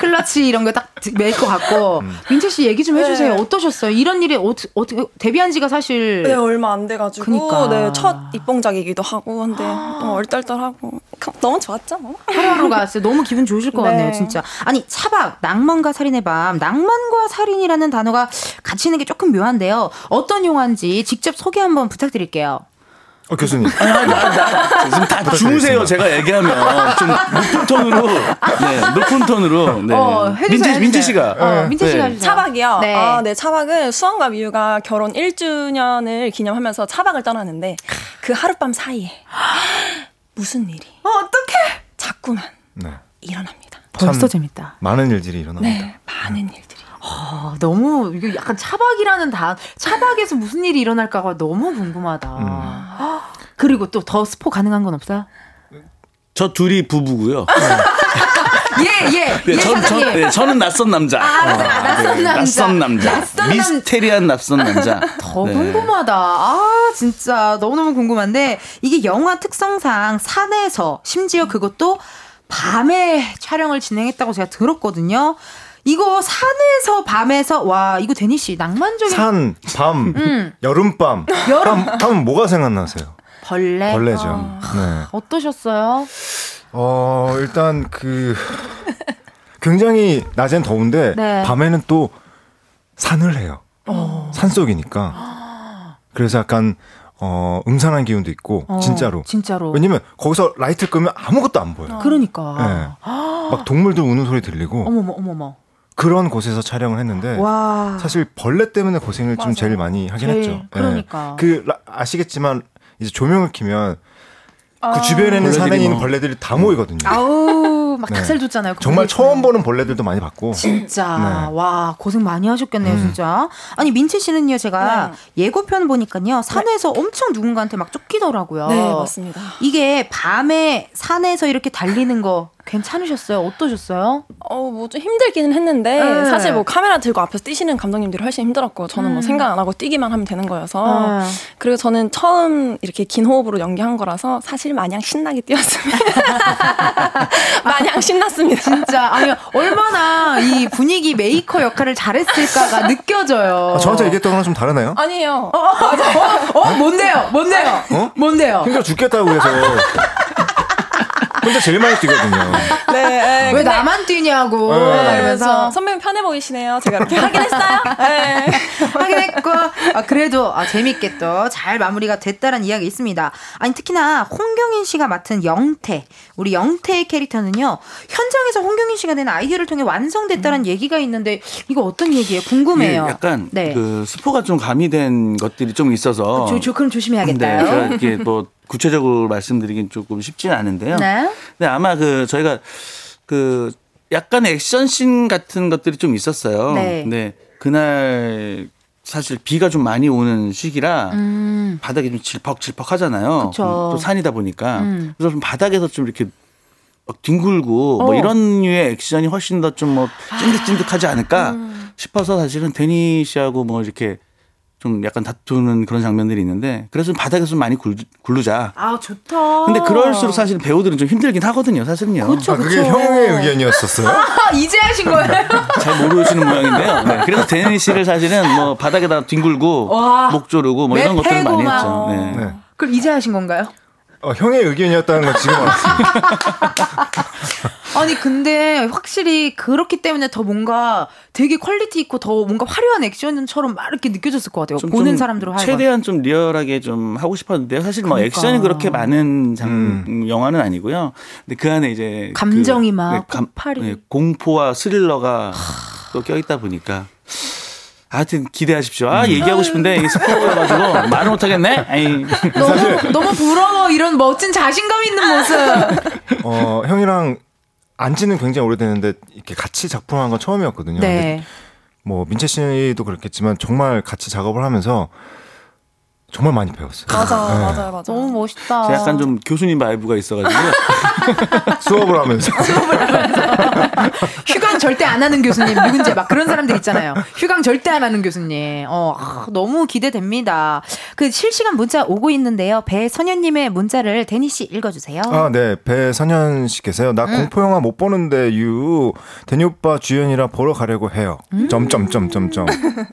클러치 이런 거 딱 멜 것 같고 음. 민채 씨 얘기 좀 해주세요. 어떠셨어요? 이런 일이 어떻게 데뷔한 지가 사실 네, 얼마 안 돼가지고. 그니까. 네, 첫 입봉작이기도 하고, 근데 아. 너무 얼떨떨하고. 너무 좋았죠, 뭐. 네. 하루하루가 진짜 너무 기분 좋으실 것 네. 같네요, 진짜. 아니, 차박, 낭만과 살인의 밤. 낭만과 살인이라는 단어가 같이 있는 게 조금 묘한데요. 어떤 영화인지 직접 소개 한번 부탁드릴게요. 어, 교수님. 지금 다 주무세요 제가 얘기하면 좀 높은 톤으로 네 높은 톤으로 네. 어, 해주세요, 해주세요. 민채 민채 씨가 어, 민채 씨가 네. 해주세요. 차박이요? 네. 아, 네, 차박은 수원과 미유가 결혼 1주년을 기념하면서 차박을 떠나는데 그 하룻밤 [GASPS] 사이에 무슨 일이 어, 어떡해! 자꾸만 네. 일어납니다. 벌써 참 재밌다. 많은 일들이 일어납니다. 네, 많은 일들이. 아, 너무, 이게 약간 차박이라는 단, 차박에서 무슨 일이 일어날까가 너무 궁금하다. 음. 헉, 그리고 또 더 스포 가능한 건 없어요? 저 둘이 부부고요. 예, 예, 네, 예, 전, 전, 사장님. 네, 저는 낯선 남자. 아, 어, 낯선 남자. 낯선 남자. 낯선 남- 미스테리한 낯선 남자. [LAUGHS] 더 네. 궁금하다. 아, 진짜 너무너무 궁금한데 이게 영화 특성상 산에서 음. 심지어 그것도 밤에 촬영을 진행했다고 제가 들었거든요. 이거 산에서 밤에서 와, 이거 데니 씨 낭만적인 산, 밤, 여름밤. 여름. 밤, 밤은 뭐가 생각나세요? 벌레. 어, 벌레죠. 네. 어떠셨어요? 어 일단 그 굉장히 낮엔 더운데 네. 밤에는 어. 또 산을 해요. 산 속이니까. 그래서 약간 어, 음산한 기운도 있고 어, 진짜로. 진짜로. 왜냐면 거기서 라이트 끄면 아무것도 안 보여. 요 네. 그러니까. 막 동물들 우는 소리 들리고 어머머 어머머. 그런 곳에서 촬영을 했는데 와. 사실 벌레 때문에 고생을 좀 제일 많이 하긴 제일, 했죠. 예. 그러니까. 그 라- 아시겠지만 이제 조명을 켜면 아. 그 벌레들이 주변에는 산에 있는 뭐- 벌레들이 다 모이거든요. 아우 막 네. 닭살 돋잖아요. 정말 거기에 처음 있으면. 보는 벌레들도 많이 봤고. 진짜 네. 음. 와 고생 많이 하셨겠네요 진짜 아니 민채 씨는요 제가 네. 예고편 보니까요 산에서 엄청 누군가한테 막 쫓기더라고요 네, 맞습니다. 이게 밤에 산에서 이렇게 달리는 거 괜찮으셨어요 어떠셨어요 어, 뭐 좀 힘들기는 했는데 네. 사실 뭐 카메라 들고 앞에서 뛰시는 감독님들이 훨씬 힘들었고 저는 뭐 생각 안 하고 뛰기만 하면 되는 거여서 네. 그리고 저는 처음 이렇게 긴 호흡으로 연기한 거라서 사실 마냥 신나게 뛰었습니다. [LAUGHS] 마냥 신났습니다. 진짜 아니 얼마나 이 분위기 메이커 역할을 잘했을까가 느껴져요 아, 저한테 얘기했던 거랑 좀 다르나요? 아니에요. 어, 어 뭔데요 뭔데요 어? 뭔데요 힘들어 죽겠다고 해서 혼자 제일 많이 뛰거든요. 네. 네, 왜 근데 나만 뛰냐고 네. 이러면서 그래서 선배님 편해 보이시네요. 제가 이렇게 하긴 [LAUGHS] 했어요. 네. 확인했고 아, 그래도 아, 재밌게 또 잘 마무리가 됐다는 이야기 있습니다. 아니 특히나 홍경인 씨가 맡은 영태 우리 영태의 캐릭터는요 현장에서 홍경인 씨가 낸 아이디어를 통해 완성됐다는 얘기가 있는데 이거 어떤 얘기예요? 궁금해요. 이게 음. 약간 네. 그 스포가 좀 가미된 것들이 좀 있어서 조, 조, 그럼 조심해야겠다. 네, 제가 이게 뭐 구체적으로 말씀드리긴 조금 쉽진 않은데요. 네. 근데 아마 그 저희가 그 약간 액션씬 같은 것들이 좀 있었어요. 네. 근데 그날 사실 비가 좀 많이 오는 시기라 음. 바닥이 좀 질퍽질퍽 하잖아요. 그쵸. 또 산이다 보니까. 음. 그래서 좀 바닥에서 좀 이렇게 막 뒹굴고 어. 아. 뭐 이런 류의 액션이 훨씬 더 좀 뭐 찐득찐득하지 않을까 음. 싶어서 사실은 데니 씨하고 뭐 이렇게 좀 약간 다투는 그런 장면들이 있는데 그래서 좀 바닥에서 좀 많이 굴, 굴르자. 아 좋다. 근데 그럴수록 사실 배우들은 좀 힘들긴 하거든요. 사실은요. 그쵸 아, 그게 그쵸. 형의 의견이었었어요? 아, 이제 하신 거예요? 잘 모르시는 모양인데요. 네. 그래서 데니 씨를 사실은 뭐 바닥에다 뒹굴고 와. 목 조르고 뭐 이런 것들을 많이 매패구만. 했죠. 네. 네. 그럼 이제 하신 건가요? 어, 형의 의견이었다는 건 지금 알았어요. 아니 근데 확실히 그렇기 때문에 더 뭔가 되게 퀄리티 있고 더 뭔가 화려한 액션처럼 막 이렇게 느껴졌을 것 같아요. 좀- 보는 좀 사람들로 하여금. 최대한 좀 리얼하게 좀 하고 싶었는데요. 사실 뭐 그러니까. 액션이 그렇게 많은 장, 영화는 아니고요. 근데 그 안에 이제 감정이 그- 막 감- 폭발이. 공포와 스릴러가 또 껴있다 보니까. 하여튼 기대하십시오. 아 얘기하고 싶은데 이게 스포가 가지고 [LAUGHS] 말을 못하겠네. 에이. 너무 너무 부러워 이런 멋진 자신감 있는 모습. 어, 형이랑 안지는 굉장히 오래됐는데 이렇게 같이 작품한 건 아, 처음이었거든요. 근데 네. 뭐 민채 씨도 그렇겠지만 정말 같이 작업을 하면서 정말 많이 배웠어요. 맞아, 맞아요, 맞아요. 너무 멋있다. 제가 약간 좀 교수님 바이브가 있어가지고 수업을 하면서. 휴강 절대 안 하는 교수님 누군지 막 그런 사람들 있잖아요. 휴강 절대 안 하는 교수님. 어 아, 너무 기대됩니다. 그 실시간 문자 오고 있는데요. 배선현님의 문자를 데니 씨 읽어주세요. 아, 네. 배선현 씨께서요. 나 공포 영화 못 보는데 유. 데니 오빠 주연이라 보러 가려고 해요. 점점점점점.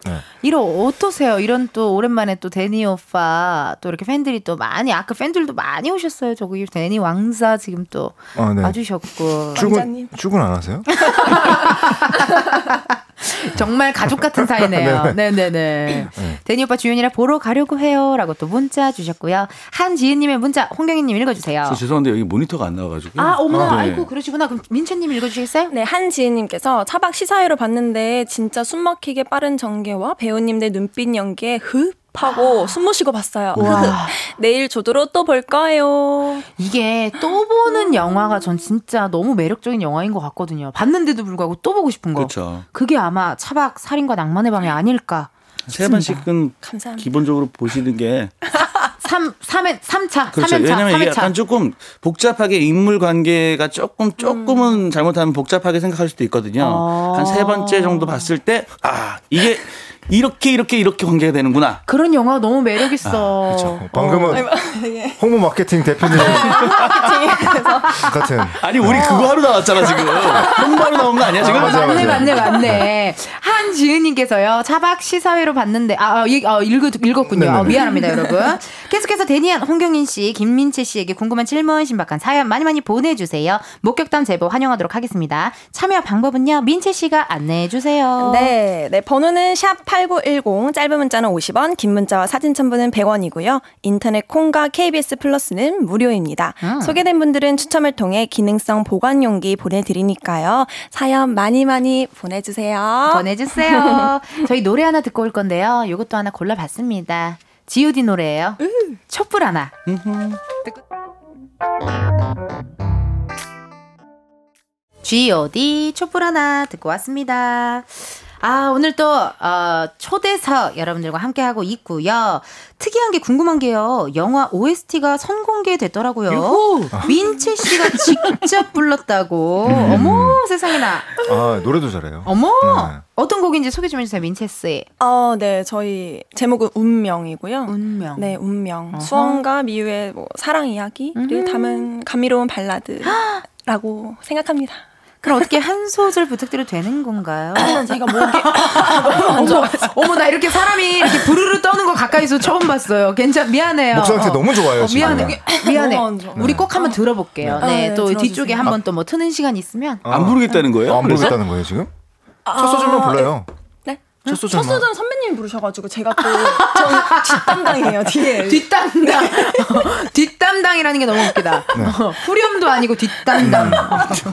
네. 이런 어떠세요? 이런 또 오랜만에 또 데니 오빠 또 이렇게 팬들이 또 많이 아까 팬들도 많이 오셨어요. 저기 데니 왕사 지금 또 어, 아, 네. 와주셨고 출근 왕자님. 출근 안 하세요? 정말 가족 같은 [LAUGHS] 사이네요. 네네네. 데니 오빠 주연이라 보러 가려고 해요라고 또 문자 주셨고요. 한지은님의 문자 홍경희님 읽어주세요. 저 죄송한데 여기 모니터가 안 나와가지고 아 어머나 네. 아이고 그러시구나. 그럼 민채님 읽어주시겠어요? 네, 한지혜님께서 차박 시사회로 봤는데 진짜 숨막히게 빠른 전개와 배우님들 눈빛 연기에 흡 하고 숨 못 쉬고 봤어요. [LAUGHS] 와. 내일 조도로 또 볼 거예요. 이게 또 보는 영화가 전 진짜 너무 매력적인 영화인 것 같거든요. 봤는데도 불구하고 또 보고 싶은 거. 그렇죠. 그게 아마 차박 살인과 낭만의 밤이 아닐까. 세 번씩은 감사합니다. 기본적으로 보시는 게 3, 삼회 3차, 삼 그렇죠. 3회차, 왜냐면 이게 3회차. 약간 조금 복잡하게 인물 관계가 조금 조금은 잘못하면 복잡하게 생각할 수도 있거든요. 아. 한 세 번째 정도 봤을 때 아, 이게 이렇게 이렇게 이렇게 관계가 되는구나. 그런 영화 너무 아, 매력있어. 그렇죠. 방금은 홍보 마케팅 대표님 같은. 아니, 우리 그거 하러 나왔잖아, [LAUGHS] 지금. 홍보하러 나온 거 아니야, 지금? 아, 맞아. 맞네, 맞네, [LAUGHS] 맞네. 한지은님께서요, 차박 시사회로 봤는데, 아, 아, 예, 아, 읽, 읽었군요. 아, 네네네. 미안합니다, 여러분. 계속해서 데니안, 홍경인 씨, 김민채 씨에게 궁금한 질문, 신박한 사연 많이 많이 보내주세요. 목격담 제보 환영하도록 하겠습니다. 참여 방법은요, 민채 씨가 안내해주세요. 네, 네 번호는 샵 8910 짧은 문자는 50원, 긴 문자와 사진 첨부는 100원이고요. 인터넷 콩과 KBS 플러스는 무료입니다. 소개된 분들은 추첨을 통해 기능성 보관 용기 보내드리니까요. 사연 많이 많이 보내주세요. 보내주세요. 저희 노래 하나 듣고 올 건데요. 이것도 하나 골라봤습니다. G.O.D 노래예요. 촛불 하나. 듣고- G.O.D 촛불 하나 듣고 왔습니다. 아 오늘 또 어, 초대석 여러분들과 함께 하고 있고요. 특이한 게 궁금한 게요. 영화 OST가 선공개됐더라고요. 민채 씨가 직접 불렀다고. 어머 세상에나. 아 노래도 잘해요. 어머 네. 어떤 곡인지 소개 좀 해주세요 민채 씨 어, 네, 저희 제목은 운명이고요. 운명 네, 운명. 수원과 미우의 뭐 사랑 이야기를 담은 감미로운 [GASPS] 발라드라고 생각합니다. 그럼 어떻게 한 소절 부탁드려도 되는 건가요? 제가 목에 [LAUGHS] 어머, 어머 나 이렇게 사람이 이렇게 부르르 떠는 거 가까이서 처음 봤어요. 괜찮 미안해요. 목 상태 어. 너무 좋아요 어, 지금. 네. 미안해 미안해. 너무 안 좋아. 우리 꼭 한번 들어볼게요. 아, 네, 네, 또 들어주세요. 뒤쪽에 한번 또 뭐 트는 시간 있으면 안 부르겠다는 거예요? 아, 어, 안 그래서? 부르겠다는 거예요 지금? 첫 소절만 불러요. 네. 첫 소절만. 선배님이 부르셔가지고 제가 또전 네, 뒷담당이에요 뒤에. 뒷담당 [LAUGHS] 뒷담당이라는 게 너무 웃기다. 네. 어, 후렴도 아니고 음. 뒷담당.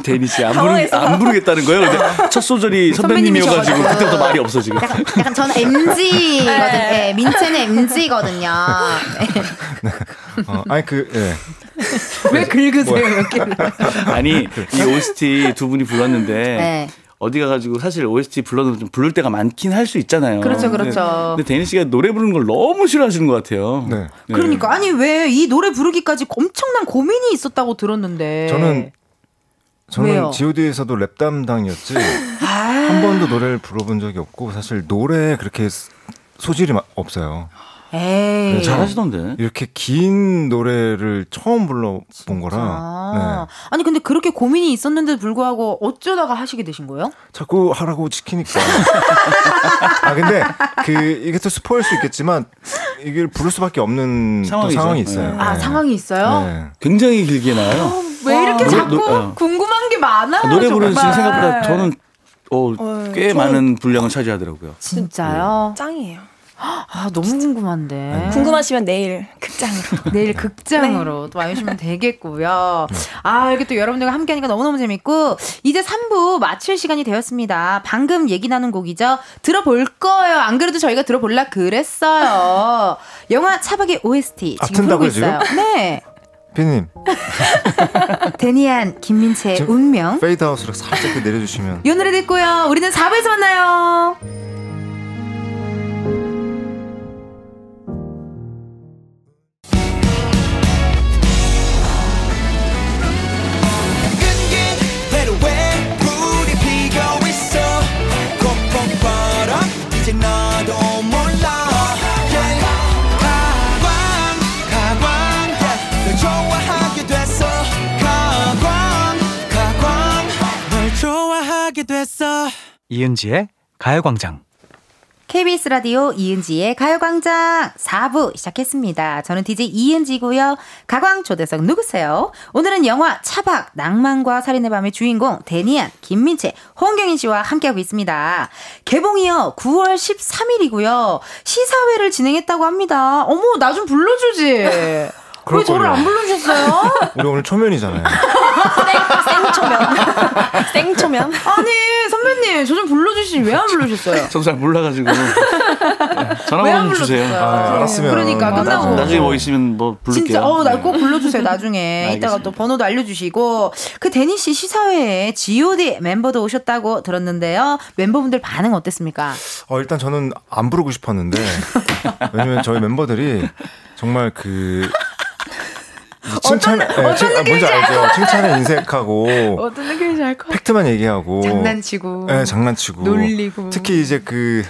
데니 씨안 부르 안 부르겠다는 거예요. 근데 첫 소절이 선배님이어가지고 선배님이셔가지고. 그때부터 말이 없어 지금. 약간, 약간 저는 MG거든요. 네. 민채는 MG거든요. 어, 아니 그 예. 왜 긁으세요 이렇게? 아니 [LAUGHS] 이 OST 두 분이 불렀는데 네. 어디 가가지고 사실 OST 불러도 좀 부를 때가 많긴 할 수 있잖아요. 그렇죠, 그렇죠. 근데, 근데 데니 씨가 노래 부르는 걸 너무 싫어하시는 것 같아요. 네. 그러니까 아니 왜 이 노래 부르기까지 엄청난 고민이 있었다고 들었는데. 저는 저는 왜요? 아. G.O.D에서도 랩 [LAUGHS] 담당이었지 한 번도 노래를 불러본 적이 없고 사실 노래에 그렇게 스- 소질이 마- 없어요. 에이. 네, 잘하시던데. 이렇게 긴 노래를 처음 불러본 아. 거라 네. 아니 근데 그렇게 고민이 있었는데도 불구하고 어쩌다가 하시게 되신 거예요? 자꾸 하라고 시키니까. [LAUGHS] 아 근데 그 이게 또 스포일 수 있겠지만 이걸 부를 수밖에 없는 또 상황이죠. 상황이 있어요. 네. 아 네. 상황이 있어요? 네. 굉장히 길게 나와요. 왜 이렇게 노래, 자꾸 노- 어. 궁금한 게 많아요? 노래 부르는 정말. 지금 네. 생각보다 저는 어, 꽤 많은 분량을 차지하더라고요. 진짜요? 짱이에요. 네. 아 너무 궁금한데. 궁금하시면 내일 그 극장으로. 내일 극장으로 또 와주시면 되겠고요. 네. 아, 이렇게 또 여러분들과 함께하니까 너무너무 재밌고, 이제 3부 마칠 시간이 되었습니다. 방금 얘기 나눈 곡이죠. 들어볼 거예요. 안 그래도 저희가 들어볼라 그랬어요. 영화 차박의 OST 아, 지금 튼다고요, 풀고 있어요. [LAUGHS] 네. 피디님 데니안, 김민채의 지금 운명. 페이드아웃으로 살짝 그 내려주시면. 요 노래 듣고요. 우리는 4부에서 만나요. 끈긴 회로에 불이 피고 있어 콧봉바람 이제 나도 몰라 Yeah. 가광 가광 Yeah. 널 좋아하게 됐어 가광 가광 널 좋아하게 됐어 이은지의 가요광장. KBS 라디오 이은지의 가요광장 4부 시작했습니다. 저는 DJ 이은지고요. 가광 초대석 누구세요? 오늘은 영화 차박 낭만과 살인의 밤의 주인공 데니안, 김민채, 홍경인 씨와 함께하고 있습니다. 개봉이요 9월 13일이고요. 시사회를 진행했다고 합니다. 어머 나 좀 불러주지. 왜 [LAUGHS] 그럴 저를 걸요. 안 불러주셨어요? 우리 오늘 초면이잖아요. 네, 생초면. 생초면. 아니 선배님 저 좀 불러주시지 왜 안 불러주셨어요? 저도 [LAUGHS] 잘 몰라가지고 네, 전화번호 좀 주세요. 예. 아, 알았으면. 그러니까 아, 끝나고. 나중에 뭐 있으면 뭐 부를게요. 진짜 어날 꼭 네. 불러주세요 나중에 [LAUGHS] 알겠습니다. 이따가 또 번호도 알려주시고 그 데니 씨 시사회에 G.O.D 멤버도 오셨다고 들었는데요. 멤버분들 반응 어땠습니까? 어, 일단 저는 안 부르고 싶었는데 왜냐면 저희 멤버들이 정말 그 이제 칭찬 예, 칭- 아, 뭔지 알죠? 칭찬에 인색하고 어떤 느낌인지 알 것 같아 팩트만 얘기하고 장난치고. 예, 장난치고 놀리고. 특히 이제 그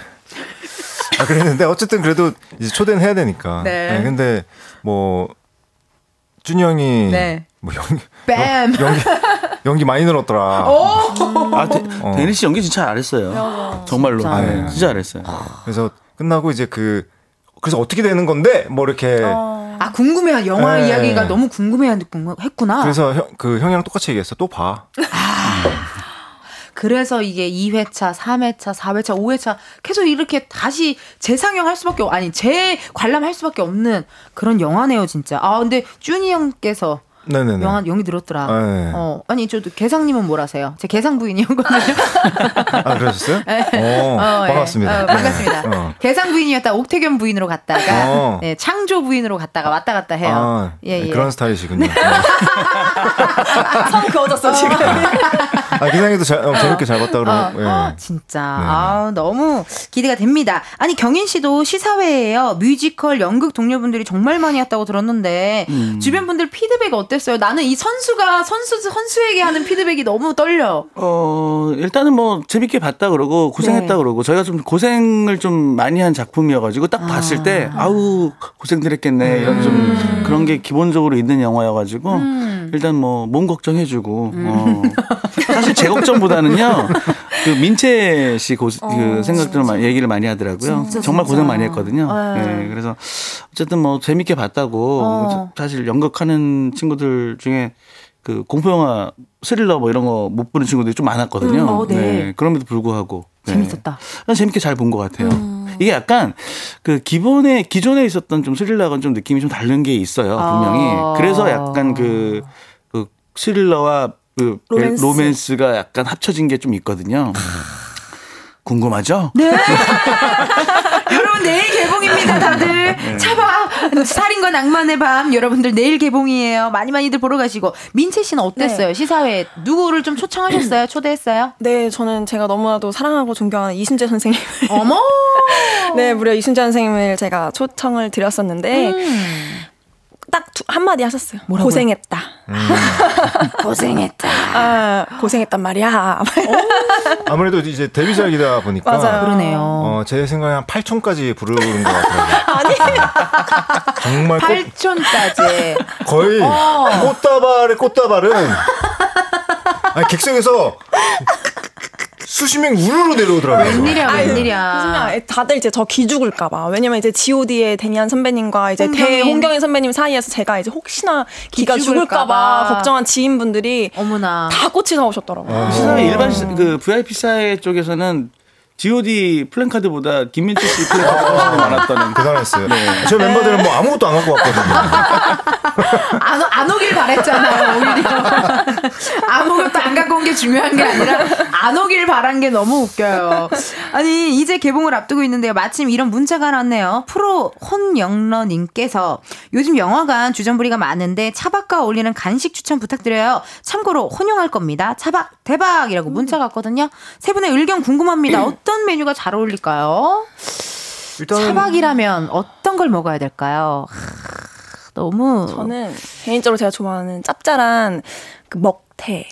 아, 그랬는데 어쨌든 그래도 이제 초대는 해야 되니까. 네. 예, 근데 뭐 준이 형이 네. 뭐 연기 뺨 연기, 연기 많이 늘었더라. 아, 데, 어. 데니 씨 연기 진짜 잘했어요. 정말로. 진짜. 네, 아, 예. 진짜 잘했어요. 그래서 끝나고 이제 그 그래서 어떻게 되는 건데 뭐 이렇게 어. 아 궁금해 영화 네. 이야기가 너무 궁금해 했구나 그래서 형, 그 형이랑 똑같이 얘기했어. 또 봐. 그래서 이게 2회차, 3회차, 4회차, 5회차 계속 이렇게 다시 재상영할 수밖에 없- 아니 재관람할 수밖에 없는 그런 영화네요 진짜. 아 근데 준이 형께서 네네네. 영화 용이 들었더라. 아, 네. 어 아니 저도 개상님은 뭘 하세요? 제 개상 부인이었거든요. 아, 그러셨어요? 네. 어, 어, 예. 반갑습니다. 어, 반갑습니다. 네. 어. 개상 부인이었다 옥태견 부인으로 갔다가 어. 네, 창조 부인으로 갔다가 왔다 갔다 해요. 아, 예, 예. 그런 스타일이시군요. 성 그어졌어 지금. [LAUGHS] 아, 기상에도 잘, 어, 재밌게 잘 봤다 어, 그러고. 예. 어, 진짜 아 너무 기대가 됩니다. 아니 경인 씨도 시사회에요. 뮤지컬 연극 동료분들이 정말 많이 왔다고 들었는데 음. 주변 분들 피드백 어땠어요? 나는 이 선수가 선수 선수에게 하는 피드백이 너무 떨려. 어, 일단은 뭐 재밌게 봤다 그러고 고생했다 네. 그러고 저희가 좀 고생을 좀 많이 한 작품이어가지고 딱 봤을 때 아우 고생들 했겠네 이런 좀 그런 게 기본적으로 있는 영화여가지고 음. 일단 뭐 몸 걱정해주고 어. 사실 제 걱정보다는요 [LAUGHS] 그 민채 씨 고, 그 생각들을 많이 얘기를 많이 하더라고요 어, 진짜, 정말 진짜. 고생 많이 했거든요 네. 네, 그래서 어쨌든 뭐 재밌게 봤다고 어. 사실 연극하는 친구들 중에 그 공포 영화 스릴러 뭐 이런 거 못 보는 친구들이 좀 많았거든요. 음, 어, 네. 그럼에도 불구하고 네. 재밌었다. 난 재밌게 잘 본 것 같아요. 이게 약간 그 기본에 기존에 있었던 좀 스릴러랑 좀 느낌이 좀 다른 게 있어요 분명히. 아. 그래서 약간 그, 그 스릴러와 그 로맨스. 로맨스가 약간 합쳐진 게 좀 있거든요. 궁금하죠? 여러분 내일 개봉입니다 다들 차봐 살인과 낭만의 밤 여러분들 내일 개봉이에요 많이 많이들 보러 가시고 민채 씨는 어땠어요 시사회 누구를 좀 [CLEARS THROAT] 초청하셨어요 초대했어요 [LAUGHS] 네, 저는 제가 너무나도 사랑하고 존경하는 이순재 선생님. 어머! 네, 무려 이순재 선생님을 제가 초청을 드렸었는데, 음. 딱 두- 한마디 하셨어요. 음. 고생했다. [LAUGHS] 고생했다. 아, 고생했단 말이야. 아무래도 이제 데뷔작이다 보니까. 맞아요. 그러네요. 어, 제 생각에 한 8촌까지 부르는 것 같아요. 정말 꽃, 8촌까지 거의 어. 꽃다발의 꽃다발은 아니, 객석에서 수십 명 우르르 내려오더라고요. 아니, 웬일이야. 무슨 일- 다들 이제 저 기죽을까봐. 왜냐면 이제 GOD의 데니안 선배님과 이제 홍경인. 대 홍경인 선배님 사이에서 제가 이제 혹시나 기가 기죽을까봐. 죽을까봐 걱정한 지인분들이 어머나. 다 꽃이 사오셨더라고요. 아. 시사회 일반 시- 그 VIP 사회 쪽에서는 G.O.D 플랜카드보다 김민채 씨 플랜카드가 더 많았다는 대단했어요. 네. 저 멤버들은 뭐 아무것도 안 갖고 왔거든요. 안, 오- 안 오길 바랬잖아요 [LAUGHS] 오히려 아무것도 안 갖고 온 게 중요한 게 아니라 안 오길 바란 게 너무 웃겨요 아니 이제 개봉을 앞두고 있는데요 마침 이런 문자가 왔네요 프로 혼영러님께서 요즘 영화관 주전부리가 많은데 차박과 어울리는 간식 추천 부탁드려요 참고로 혼용할 겁니다 차박 대박이라고 음. 문자가 왔거든요 세 분의 의견 [CLEARS THROAT] 궁금합니다 어떤 메뉴가 잘 어울릴까요 차박이라면 어떤 걸 먹어야 될까요 하, 너무 저는 개인적으로 제가 좋아하는 짭짤한 그 먹태.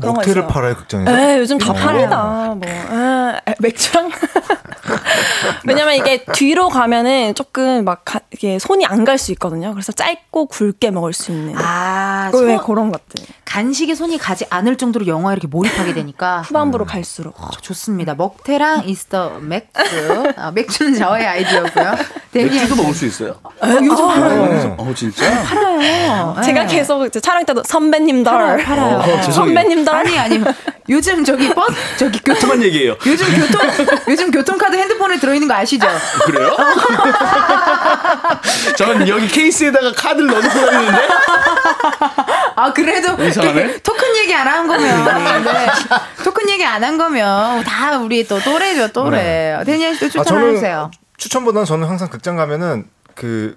그런 거 목태를 있어요. 팔아요 극장에서. 네. 에 요즘 다 어. 팔리다 뭐 에, 맥주랑 [LAUGHS] 왜냐면 이게 뒤로 가면은 조금 막 가- 이게 손이 안 갈 수 있거든요 그래서 짧고 굵게 먹을 수 있는 아, 왜 손- 그런 것들 간식에 손이 가지 않을 정도로 영화에 이렇게 몰입하게 되니까 후반부로 갈수록 어, 좋습니다. 먹태랑 이스터 맥주. 아, 맥주는 저의 아이디어고요. 뭐, 맥주도 먹을 수 있어요. 요즘 네. 어, 어, 진짜? 팔아요. 제가 예. 계속 이제 네. 촬영 때도 선배님들 팔아요. 팔아요. 어, 예. 죄송해요. 선배님들 아니 아니 요즘 저기 버스 저기 교통 그만 얘기해요. 요즘 교통 요즘 교통카드 핸드폰에 들어있는 거 아시죠? 그래요? [LAUGHS] 저는 여기 케이스에다가 카드를 넣어놓고 다니는데 아 그래도 이상하네. 이렇게 토큰 얘기 안 한 거면 네. 토큰 얘기 안 한 거면 다 우리 또 또래죠 네. 또래. 데니아 씨도 아, 추천해주세요. 추천보다는 저는 항상 극장 가면은 그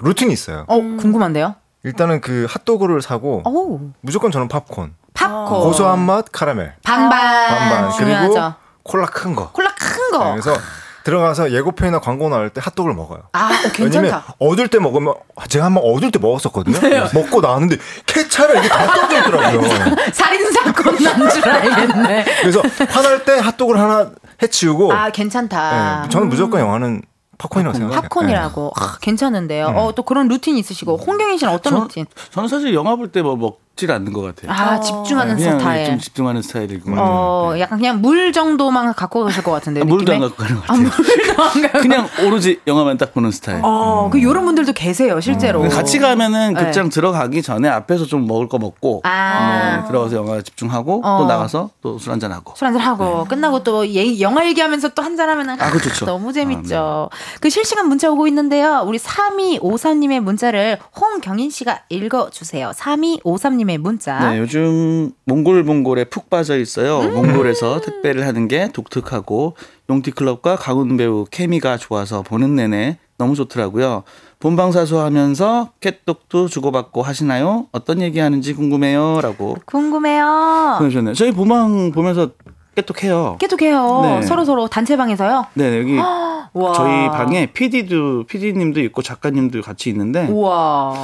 루틴이 있어요. 어 궁금한데요. 일단은 그 핫도그를 사고 오 무조건 저는 팝콘. 팝콘 고소한 맛 카라멜. 반반, 반반. 어. 아, 중요하죠. 어. 그리고 콜라 큰 거. 콜라 큰 거. 네, 그래서 들어가서 예고편이나 광고 나올 때 핫도그를 먹어요. 아, 어, 왜냐면 괜찮다. 네. 얻을 때 먹으면 제가 한번 얻을 때 먹었었거든요. 먹고 나왔는데 케찹에 이게 다 떨어져 [LAUGHS] 있더라고요. 살인 사건 난 줄 알겠네. 그래서 화날 때 핫도그를 하나 해치우고 아, 괜찮다. 예, 저는 무조건 영화는 팝콘이라고 어. 생각해요. 팝콘이라고. 아, 괜찮은데요. 어, 또 그런 루틴 있으시고. 홍경인 씨는 어떤 저는, 루틴? 저는 사실 영화 볼 때 뭐 먹, 질 않는 것 같아요. 네, 아, 집중하는 그냥 스타일. 좀 집중하는 스타일이고. 어, 약간 그냥 물 정도만 갖고 오실 것 같은데. 아, 물도 느낌에? 안 갖고 가는 것 같아요. 그냥 오로지 영화만 딱 보는 스타일. 어, 그 요런 분들도 계세요, 실제로. 음. 같이 가면은 네. 극장 들어가기 전에 앞에서 좀 먹을 거 먹고 아. 네, 들어가서 영화에 집중하고 어. 또 나가서 또 술 한잔 하고. 술 한잔 하고 끝나고 또 얘- 영화 얘기하면서 또 한잔 하면은 네. 아, 네. 그거 좋죠. 너무 재밌죠. 그 실시간 문자 오고 있는데요. 우리 3253님의 문자를 홍경인 씨가 읽어 주세요. 3253님의 문자. 네, 요즘 몽골몽골에 푹 빠져 있어요. 몽골에서 택배를 하는 게 독특하고 용띠클럽과 강훈 배우 케미가 좋아서 보는 내내 너무 좋더라고요. 본방사수 하면서 캣톡도 주고받고 하시나요? 어떤 얘기하는지 궁금해요라고 궁금해요. 보내주셨네요. 저희 본방 보면서 깨톡해요. 깨톡해요. 네. 서로 서로 단체방에서요. 네, 여기 와. 저희 방에 PD도 PD님도 있고 작가님도 같이 있는데 우와.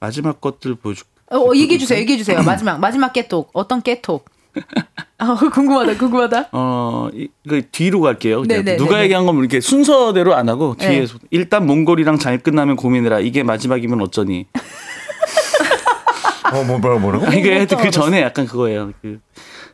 마지막 것들 보여줄. 어, 어, 얘기해 주세요. 얘기해 주세요. 마지막 마지막 깨톡. 어떤 깨톡? 아, 궁금하다. 궁금하다. 어, 이, 그 뒤로 갈게요. 그냥 네, 네, 누가 네, 네. 얘기한 건뭐 이렇게 순서대로 안 하고 네. 뒤에서 일단 몽골이랑 잘 끝나면 고민해라. 이게 마지막이면 어쩌니. 어, 뭐, 뭐라, 뭐라고? 이게 하여튼 그 전에 약간 그거예요. 그,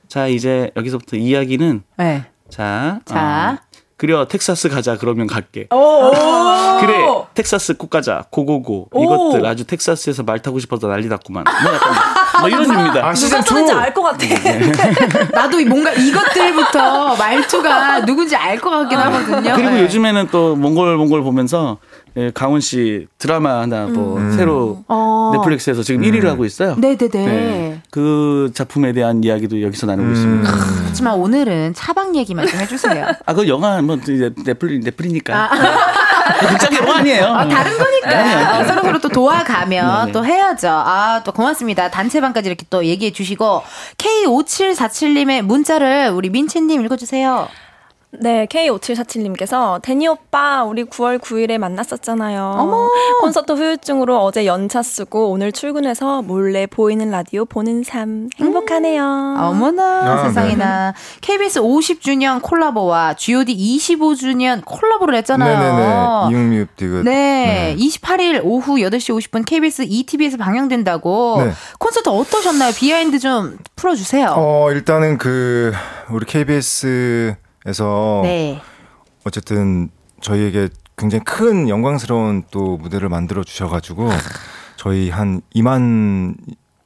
자, 이제 여기서부터 이야기는 네. 자, 자. 어, 그래 텍사스 가자. 그러면 갈게. 그래 그래 텍사스 꼭 가자. 고고고 이것들 아주 텍사스에서 말 타고 싶어서 난리 났구만. 뭐 약간 뭐 이런 입니다. 누가 썼는지 알 것 같아. 나도 뭔가 이것들부터 말투가 누군지 알 것 같긴 하거든요. 아, 그리고 네. 요즘에는 또 몽골 몽골 보면서 예, 강훈 씨 드라마 하나 뭐 새로 어. 넷플릭스에서 지금 1위를 하고 있어요. 네네네. 네. 그 작품에 대한 이야기도 여기서 나누고 있습니다. 하지만 오늘은 차박 얘기만 좀 해주세요. [LAUGHS] 아, 그 영화 뭐 이제 넷플릭 넷플이니까. 네. 극장 영화 아. 아니에요. 어, 다른 거니까 어, 서로 서로 또 도와가면 네. 또 해야죠. 아, 또 고맙습니다. 단체방까지 이렇게 또 얘기해 주시고 K5747님의 문자를 우리 민채님 읽어주세요. 네, K5747님께서 데니 오빠 우리 9월 9일에 만났었잖아요. 콘서트 후유증으로 어제 연차 쓰고 오늘 출근해서 몰래 보이는 라디오 보는 삶 행복하네요. 어머나 네. 아, 세상에나 KBS 50주년 콜라보와 GOD 25주년 콜라보를 했잖아요. 네네네. 이응미읍 디귿. 네, 28일 오후 8시 50분 KBS ETV에서 방영된다고 네. 콘서트 어떠셨나요? 비하인드 좀 풀어주세요. 어, 일단은 그, 우리 KBS에서 네. 어쨌든 저희에게 굉장히 큰 영광스러운 또 무대를 만들어 주셔가지고 저희 한 2만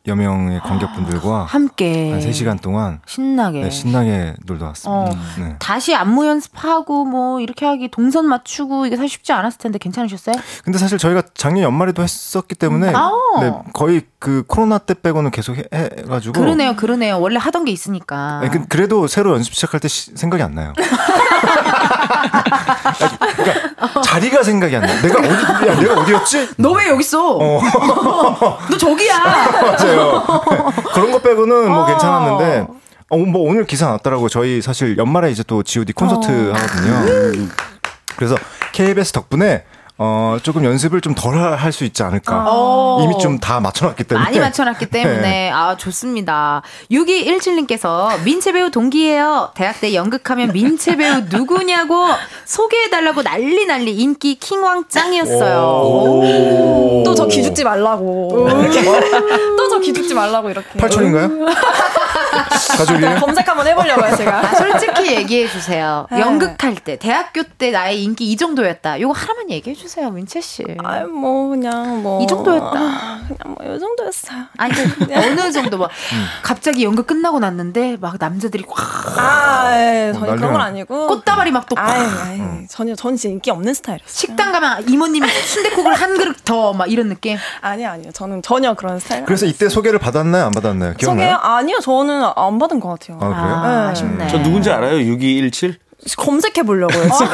여 명의 관객분들과 함께 아, 한 네. 3시간 동안 신나게. 네, 신나게 놀다 왔습니다. 어. 네. 다시 안무 연습하고 뭐 이렇게 하기 동선 맞추고 이게 사실 쉽지 않았을 텐데 괜찮으셨어요? 근데 사실 저희가 작년 연말에도 했었기 때문에 아. 네, 거의 그 코로나 때 빼고는 계속 해, 해가지고 그러네요, 그러네요. 원래 하던 게 있으니까. 아니, 그, 래도 새로 연습 시작할 때 시- 생각이 안 [LAUGHS] 나요. 아니, 그러니까 자리가 생각이 안 나. 내가 어디 야, 내가 어디였지? 너 왜 여기 있어? [LAUGHS] 너 저기야. 맞아요. [LAUGHS] 그런 거 빼고는 뭐 괜찮았는데 어, 뭐 오늘 기사 났더라고. 저희 사실 연말에 이제 또 G.O.D 콘서트 어. 하거든요. 그래서 KBS 덕분에 어, 조금 연습을 좀 덜 할 수 있지 않을까. 어. 이미 좀 다 맞춰놨기 때문에. 많이 맞춰놨기 때문에 네. 아 좋습니다. 6217님께서 민채 배우 동기예요. 대학 때 연극하면 민채 배우 누구냐고 소개해달라고 난리 난리 인기 킹왕 짱이었어요. 또 저 기죽지 [LAUGHS] 말라고. 또 저 기죽지 말라고 이렇게. 8촌인가요? [LAUGHS] 가족이에요? 검색 한번 해보려고요 제가. 아, 솔직히 얘기해 주세요. 연극할 때 대학교 때 나의 인기 이 정도였다. 요거 하나만 얘기해 주세요, 민채 씨. 아유 뭐 그냥 뭐 아, 이 정도였다. 그냥 뭐이 정도였어요. 아니 그 어느 정도 막 갑자기 연극 끝나고 났는데 막 남자들이 확 아, 예, 어, 전혀 난리 그런 건 났- 아니고. 꽃다발이 막또 아예, 아예, 전혀, 전 진짜 인기 없는 스타일이었어요. 식당 가면 이모님이 순대국을 한 그릇 더 막 이런 느낌? 아니요, 아니요. 저는 전혀 그런 스타일. 그래서 이때 소개를 받았나요? 안 받았나요? 소개요? 기억나요? 아니요, 저는 안 받은 것 같아요. 아, 그래요? 아, 아쉽네. 저 누군지 알아요? 6217? 검색해 보려고요, 지금.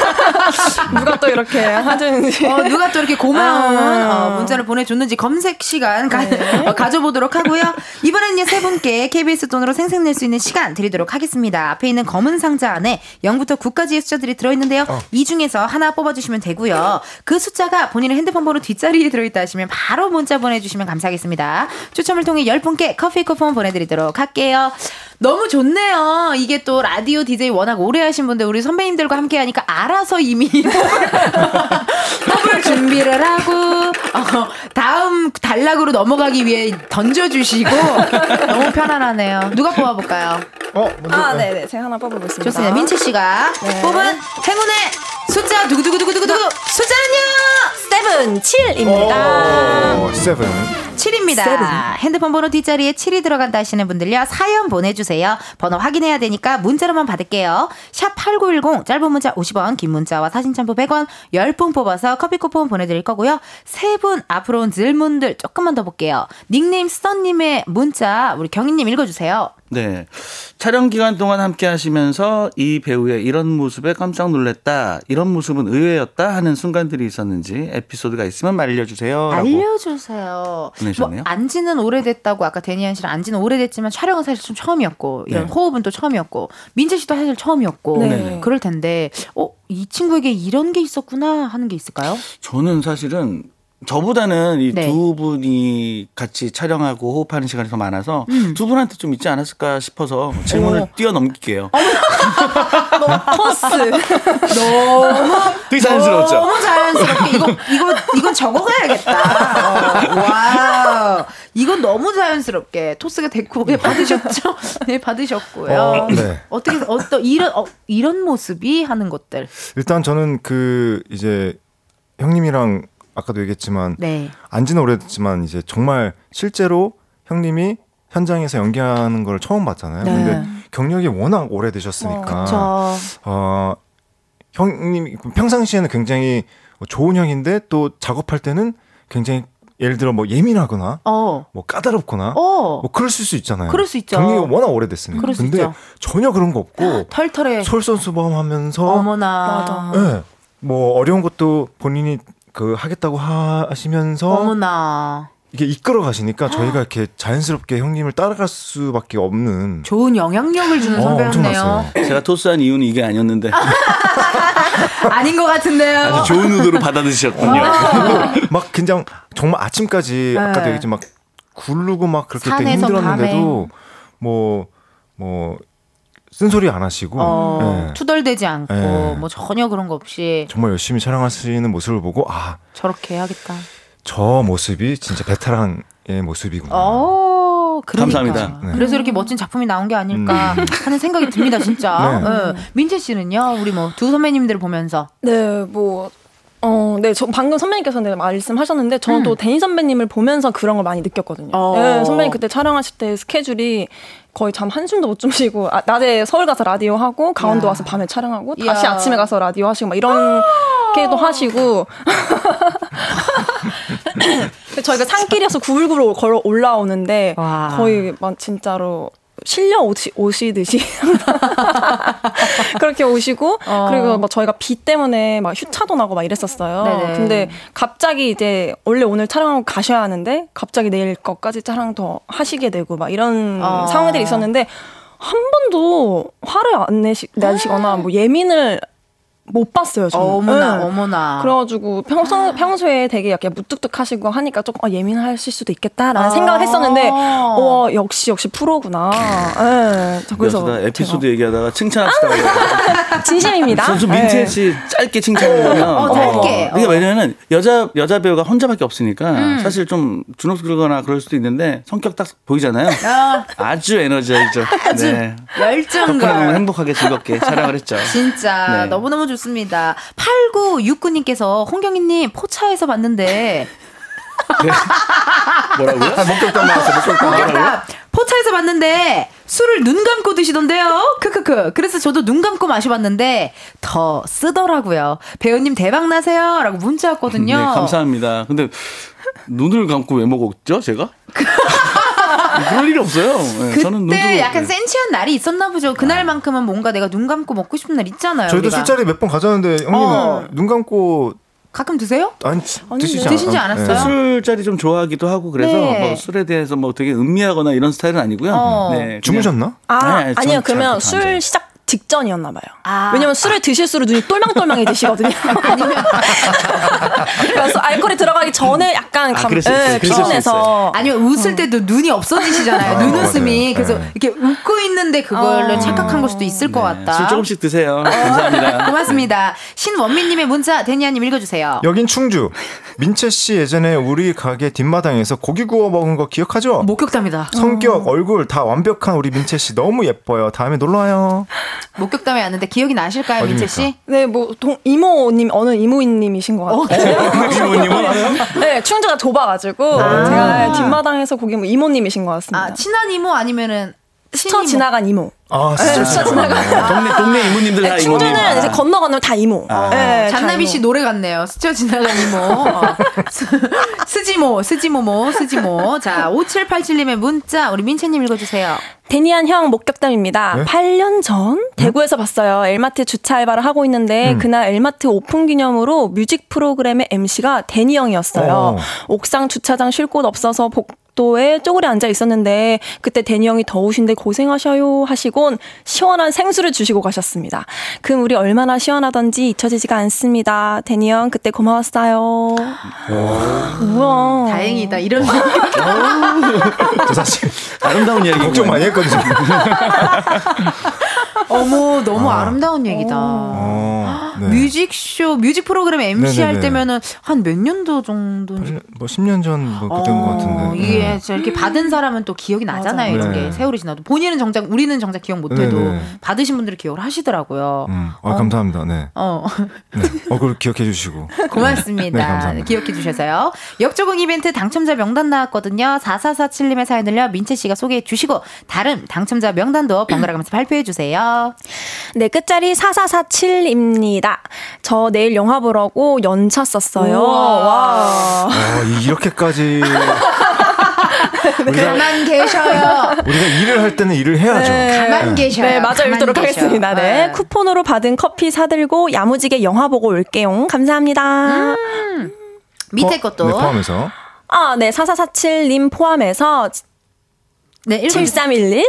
[LAUGHS] 누가 또 이렇게 하든지. 어, 누가 또 이렇게 고마운 어, 문자를 보내줬는지 검색 시간 가, [LAUGHS] 어, 가져보도록 하고요. 이번에는 세 분께 KBS 돈으로 생생낼 수 있는 시간 드리도록 하겠습니다. 앞에 있는 검은 상자 안에 0부터 9까지의 숫자들이 들어있는데요. 이 중에서 하나 뽑아주시면 되고요. 그 숫자가 본인의 핸드폰 번호 뒷자리에 들어있다 하시면 바로 문자 보내주시면 감사하겠습니다. 추첨을 통해 10분께 커피 쿠폰 보내드리도록 할게요. 너무 좋네요. 이게 또 라디오 DJ 워낙 오래 하신 분들 우리 선배님들과 함께 하니까 알아서 [LAUGHS] 이미 뽑을 준비를 하고 어, 다음 그 단락으로 넘어가기 위해 던져주시고 [LAUGHS] 너무 편안하네요. 누가 뽑아볼까요? 아, 네네. 제가 하나 뽑아보겠습니다. 좋습니다. 민채 씨가 네. 뽑은 행운의 숫자 두구두구두구두구두구 숫자는요? 세븐 칠입니다 어, 세븐. 7입니다. 세븐. 핸드폰 번호 뒷자리에 7이 들어간다 하시는 분들요. 사연 보내주세요. 번호 확인해야 되니까 문자로만 받을게요. 샵8910 짧은 문자 50원 긴 문자와 사진 첨부 100원 10분 뽑아서 커피 쿠폰 보내드릴 거고요. 세 분 앞으로 온 질문들 조금만 더 볼게요. 닉네임 스턴님의 문자 우리 경희님 읽어주세요. 네. 촬영 기간 동안 함께 하시면서 이 배우의 이런 모습에 깜짝 놀랐다. 이런 모습은 의외였다 하는 순간들이 있었는지 에피소드가 있으면 알려주세요. 라고. 알려주세요. 보내주셨네요. 뭐 안지는 오래됐다고 아까 데니안 씨랑 안지는 오래됐지만 촬영은 사실 좀 처음이었고 이런 네. 호흡은 또 처음이었고 민재 씨도 사실 처음이었고 네. 네네. 그럴 텐데 어 이 친구에게 이런 게 있었구나 하는 게 있을까요? 저는 사실은 저보다는 이 두 네. 분이 같이 촬영하고 호흡하는 시간이 더 많아서 음. 두 분한테 좀 있지 않았을까 싶어서 질문을 오. 아, 뛰어넘길게요. [LAUGHS] 토스 너무 되게 자연스러웠죠? 너무 자연스럽게 이거 이거 이건 적어가야겠다. 어, 와우 이건 너무 자연스럽게 토스가 됐고 네, 받으셨죠? [LAUGHS] 네 받으셨고요. 어, 네. 어떻게 어떤 이런 어, 이런 모습이 하는 것들. 일단 저는 그 이제 형님이랑 아까도 얘기했지만 네. 안지는 오래됐지만 이제 정말 실제로 형님이 현장에서 연기하는 걸 처음 봤잖아요. 네. 근데 경력이 워낙 오래되셨으니까 어, 형님 평상시에는 굉장히 좋은 형인데 또 작업할 때는 굉장히 예를 들어 뭐 예민하거나 어. 뭐 까다롭거나 어. 뭐 그럴 수 있잖아요. 그럴 수 있죠. 경력이 워낙 오래됐으니까. 그럴 수 근데 있죠. 아, 전혀 그런 거 없고 털털해. 솔선수범하면서 어머나. 예. 뭐 어려운 것도 본인이 그 하겠다고 하- 하시면서 어머나. 이게 이끌어 가시니까 저희가 이렇게 자연스럽게 형님을 따라갈 수밖에 없는 좋은 영향력을 어, 주는 선배였네요. 제가 토스한 이유는 이게 아니었는데 아닌 것 같은데요. 아주 좋은 의도로 받아드셨군요. 막 그냥 정말 아침까지 네. 아까도 얘기했지 만 굴르고 막 그렇게 되게 산에서 힘들었는데도 뭐 뭐 쓴소리 안 하시고 어, 예. 투덜대지 않고 네. 뭐 전혀 그런 거 없이 정말 열심히 촬영하시는 모습을 보고 저렇게 해야겠다. 아 저 모습이 진짜 베테랑의 모습이구나. 어, 그러니까. 감사합니다. 네. 그래서 이렇게 멋진 작품이 나온 게 아닐까 하는 생각이 듭니다, 진짜. 네. 예. 민재 씨는요, 우리 뭐 두 선배님들을 보면서 네, 뭐. 어, 네, 저 방금 선배님께서 네, 말씀하셨는데, 저는 또 데니 선배님을 보면서 그런 걸 많이 느꼈거든요. 음. 어. 네, 선배님 그때 촬영하실 때 스케줄이 거의 잠 한숨도 못 주무시고, 아, 낮에 서울 가서 라디오 하고, 강원도 와서 밤에 촬영하고, 다시 이야. 아침에 가서 라디오 하시고, 막 이런 게도 [LAUGHS] 하시고. 저희가 산길에서 구불구불 걸어 올라오는데, 거의 막 진짜로 실려 오시, 오시듯이. [LAUGHS] 그렇게 오시고 그리고 막 저희가 비 때문에 막 휴차도 나고 막 이랬었어요. 어. 네네. 근데 갑자기 이제 원래 오늘 촬영하고 가셔야 하는데 갑자기 내일 것까지 촬영 더 하시게 되고 막 이런 어. 상황들이 있었는데 한 번도 화를 안 내시, 내시거나 뭐 예민을 못 봤어요. 저는. 어머나, 아. 네. 어머나. 그래가지고 평소 평소에 되게 약간 무뚝뚝하시고 하니까 조금 아, 예민하실 수도 있겠다라는 생각을 아. 했었는데 어 역시 역시 프로구나. 예. 저 그래서 아, 그래서 에피소드 얘기하다가 칭찬합시다. 진심입니다. 선수 예. 민채 씨 짧게 칭찬하면 어, 짧게. 이게 왜냐면은 여자 여자 배우가 혼자밖에 없으니까 음. 사실 좀 주눅들거나 그럴 수도 있는데 성격 딱 보이잖아요. 아. 아주 [LAUGHS] 에너지죠. 아주 네. 열정과. 덕분에 너무 행복하게 즐겁게 촬영을 했죠. 진짜 네. 너무너무 좋습니다. 8969님께서 홍경희님 포차에서 봤는데 뭐라고요? 아, 목격담 나왔어. 목격담. 아, 목격담. 포차에서 봤는데 술을 눈 감고 드시던데요. 크크크. 그래서 저도 눈 감고 마셔봤는데 더 쓰더라고요. 배우님 대박 나세요라고 문자 왔거든요. 네, 감사합니다. 근데 눈을 감고 왜 먹었죠, 제가? [LAUGHS] 그럴 일이 없어요. 네, 그때 저는 눈도 약간 네. 센치한 날이 있었나 보죠. 그날만큼은 뭔가 내가 눈 감고 먹고 싶은 날 있잖아요. 저희도 우리가. 술자리 몇 번 가자는데 형님 어. 눈 감고 가끔 드세요? 안 드시지 않 네. 드시지 않았어요? 그렇죠. 술자리 좀 좋아하기도 하고 그래서 네. 뭐 술에 대해서 뭐 되게 음미하거나 이런 스타일은 아니고요. 어. 네, 그냥- 주무셨나? 아, 네, 저는 아니요. 잘 그러면 안 자요. 술 시작 직전이었나 봐요. 아. 왜냐면 술을 드실수록 눈이 똘망똘망해지시거든요. [LAUGHS] 아니면 그래서 알코올이 들어가기 전에 약간 아, 감, 그랬을 수 예, 있어요. 그랬을 수 피곤해서 아니면 웃을 때도 눈이 없어지시잖아요. 아, 맞아요. 눈웃음이 그래서 네. 이렇게 웃고 있는데 어. 그걸로 착각한 걸 수도 있을 것 같다. 어. 술 네. 조금씩 드세요. 네, 감사합니다. 고맙습니다. 신원민님의 문자 데니아님 읽어주세요. 여긴 충주. 민채 씨 예전에 우리 가게 뒷마당에서 고기 구워 먹은 거 기억하죠? 목격담이다. 어. 성격, 얼굴 다 완벽한 우리 민채 씨 너무 예뻐요. 다음에 놀러 와요. 목격담에 왔는데 기억이 나실까요, 어딥니까? 민채 씨? 네, 뭐 동, 이모님 어느 이모님이신 것 같아요. [LAUGHS] 네, 충주가 좁아가지고 제가 뒷마당에서 고기 뭐 이모님이신 것 같습니다. 아, 아, 친한 이모 아니면은 스쳐 지나간 이모. 아, 네, 스쳐 지나간. 동네 동네 아, 이모님들 다 네, 이모님. 아. 충주는 이제 건너 건너 다 이모. 네, 다 잔나비 씨 노래 같네요. 스쳐 지나간 [LAUGHS] 이모. 어. [LAUGHS] 스- 스지모, 스지모모, 스지모. 자, 5787님의 문자 우리 민채님 읽어주세요. 데니안 형 목격담입니다. 네? 8년 전 대구에서 봤어요. 엘마트 주차 알바를 하고 있는데 음. 그날 엘마트 오픈 기념으로 뮤직 프로그램의 MC가 데니 형이었어요. 옥상 주차장 쉴 곳 없어서 복도에 쪼그려 앉아 있었는데 그때 데니 형이 더우신데 고생하셔요 하시곤 시원한 생수를 주시고 가셨습니다. 그 물이 얼마나 시원하던지 잊혀지지가 않습니다. 데니 형 그때 고마웠어요. 어. 우와. 다행이다. 이런 [LAUGHS] 저 사실 아름다운 이야기 걱정 많이 했거든요. 어머, 너무 아름다운 얘기다. 어. 어, 뮤직쇼, 뮤직 프로그램 MC 할 네. 네네네. 때면은 한 몇 년도 정도인지. 뭐 10년 전뭐 그때인 것 어, 같은데. 음. 이게 진짜 이렇게 받은 사람은 또 기억이 나잖아요. 이런 네. 게 세월이 지나도 본인은 정작 우리는 정작 기억 못해도 네네. 받으신 분들은 기억을 하시더라고요. 음. 아, 감사합니다. 네. 어. 얼굴 기억해 주시고. [LAUGHS] 고맙습니다. 네, 감사합니다. 기억해 주셔서요. 역조공 이벤트 당첨자 명단 나왔거든요. 4447님의 사연을요. 민채 씨가 소개해 주시고 다른 당첨자 명단도 번갈아가면서 발표해 주세요. 네, 끝자리 4447입니다. 저 내일 영화 보라고 연차 썼어요. 우와. 와. 아, 이- 이렇게까지 우리가, 가만 네. 계셔요. 우리가 일을 할 때는 일을 해야죠. 네. 네, 맞아 가만 읽도록 계셔요. 하겠습니다. 네. 쿠폰으로 받은 커피 사들고 야무지게 영화 보고 올게용. 감사합니다. 밑에 네, 포함해서. 아, 네, 4447님 포함해서 네, 7311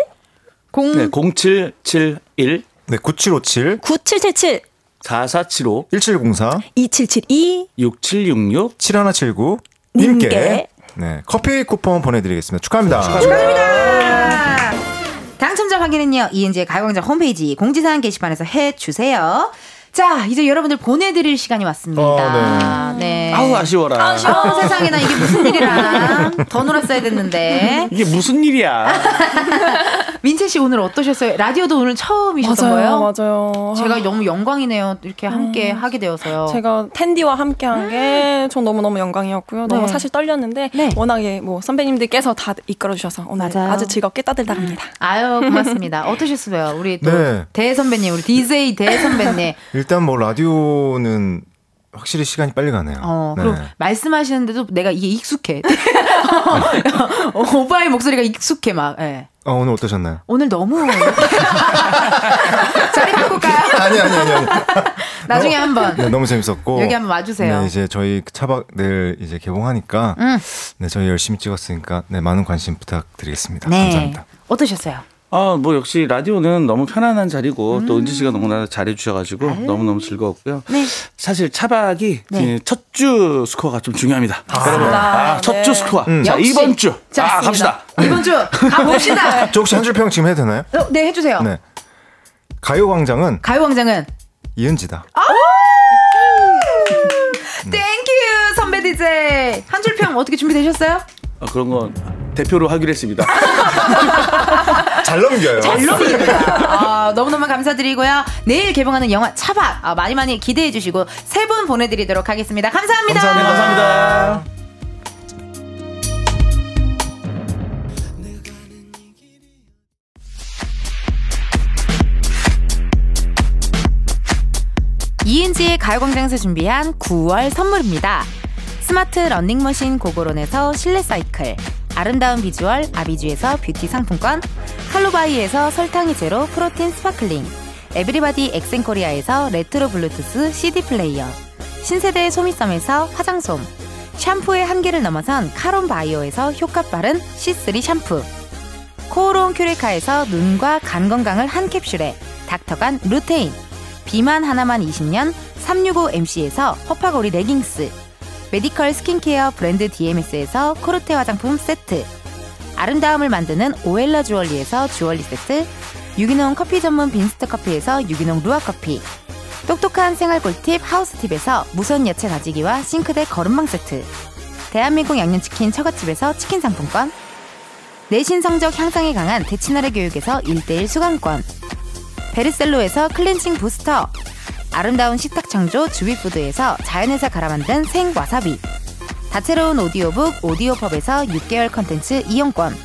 네, 0771 네, 9757 9777 4475 1704 2772 6766 7179 님께. 님께 네, 커피 쿠폰 보내 드리겠습니다. 축하합니다. 당첨자 확인은요. 이은지의 가요광장 홈페이지 공지사항 게시판에서 해 주세요. 자, 이제 여러분들 보내드릴 시간이 왔습니다. 아, 어, 네. 아우 아쉬워라. 아우, 세상에나 이게 무슨 일이라 더 놀았어야 됐는데 이게 무슨 일이야? 민채 씨 오늘 어떠셨어요? 라디오도 오늘 처음이셨던 맞아요, 거예요? 맞아요. 제가 너무 영광이네요. 이렇게 함께 하게 되어서요. 제가 텐디와 함께한 게 전 너무 너무 영광이었고요. 너무 네. 사실 떨렸는데 워낙에 뭐 선배님들께서 다 이끌어 주셔서 오늘 맞아요. 아주 즐겁게 따들다합니다. 아유 고맙습니다. 어떠셨어요? 우리 또 네. 대선배님, 우리 DJ 대선배님. 일단 뭐 라디오는 확실히 시간이 빨리 가네요. 어, 네. 그럼 말씀하시는데도 내가 이게 익숙해. [LAUGHS] 어, 오빠의 목소리가 익숙해 막. 예. 어, 오늘 어떠셨나요? 오늘 [LAUGHS] 너무 자리 바꿀까요? 아니 아니 아니 아니. [LAUGHS] 나중에 너무- 한번. 네, 너무 재밌었고. 여기 한번 와주세요. 네, 이제 저희 차박 내일 이제 개봉하니까 음. 네, 저희 열심히 찍었으니까 네, 많은 관심 부탁드리겠습니다. 네. 감사합니다. 어떠셨어요? 아, 뭐 역시 라디오는 너무 편안한 자리고 음. 또 은지 씨가 너무나 잘해 주셔 가지고 너무너무 즐거웠고요. 사실 차박이 네. 첫 주 스코어가 좀 중요합니다. 여러분. 맞습니다. 아, 첫 주 네. 스코어. 음. 자, 역시. 이번 주. 좋습니다. 아, 갑시다. 이번 주 [LAUGHS] 가봅시다. 저 혹시 한 줄 평 지금 해도 되나요? 어, 네 해주세요. 네. 가요광장은 가요광장은 이은지다. 음. 땡큐 선배 DJ 한 줄 평 어떻게 준비되셨어요? 아, 그런 건 대표로 하기로 했습니다. 잘 넘겨요. 아! 잘 넘깁니다. 아, 너무너무 감사드리고요. 내일 개봉하는 영화 차박 아, 많이 많이 기대해 주시고 세 분 보내드리도록 하겠습니다. 감사합니다. 감사합니다. 이은지의 가요광장에서 준비한 9월 선물입니다. 스마트 러닝머신 고고론에서 실내 사이클, 아름다운 비주얼 아비주에서 뷰티 상품권, 칼로바이에서 설탕이 제로 프로틴 스파클링, 에브리바디 엑센코리아에서 레트로 블루투스 CD 플레이어, 신세대 소미썸에서 화장솜, 샴푸의 한계를 넘어선 카론 바이오에서 효과 빠른 C3 샴푸, 코오롱 큐레카에서 눈과 간 건강을 한 캡슐에 닥터간 루테인 비만 하나만 20년 365MC에서 허파고리 레깅스 메디컬 스킨케어 브랜드 DMS에서 코르테 화장품 세트 아름다움을 만드는 오엘라 주얼리에서 주얼리 세트 유기농 커피 전문 빈스트 커피에서 유기농 루아 커피 똑똑한 생활 꿀팁 하우스팁에서 무선 야채 다지기와 싱크대 거름망 세트 대한민국 양념치킨 처갓집에서 치킨 상품권 내신 성적 향상에 강한 대치나래 교육에서 1대1 수강권 베르셀로에서 클렌징 부스터 아름다운 식탁 창조 주비푸드에서 자연에서 갈아 만든 생와사비 다채로운 오디오북 오디오펍에서 6개월 컨텐츠 이용권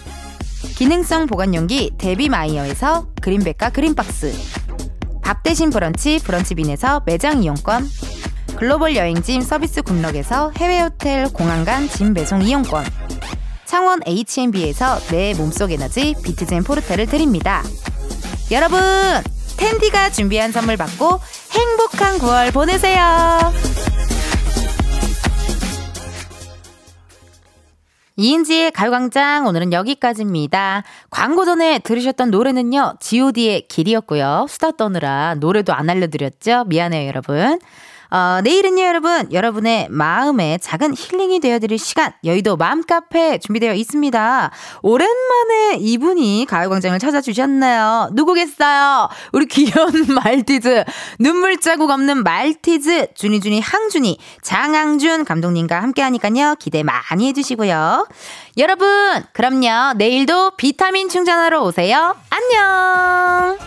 기능성 보관용기 데비마이어에서 그린백과 그린박스 밥 대신 브런치 브런치빈에서 매장 이용권 글로벌 여행짐 서비스 굿럭에서 해외 호텔 공항간 짐 배송 이용권 창원 H&B에서 내 몸속 에너지 비트젠 포르테를 드립니다. 여러분 텐디가 준비한 선물 받고 행복한 9월 보내세요. 이은지의 가요광장 오늘은 여기까지입니다. 광고 전에 들으셨던 노래는요. god의 길이었고요. 수다 떠느라 노래도 안 알려드렸죠. 미안해요 여러분. 어, 내일은요 여러분 여러분의 마음에 작은 힐링이 되어드릴 시간 여의도 맘카페 준비되어 있습니다. 오랜만에 이분이 가요광장을 찾아주셨나요? 누구겠어요? 우리 귀여운 [LAUGHS] 말티즈 눈물 자국 없는 말티즈 준이준이 항준이 장항준 감독님과 함께하니까요 기대 많이 해주시고요. 여러분 그럼요 내일도 비타민 충전하러 오세요. 안녕.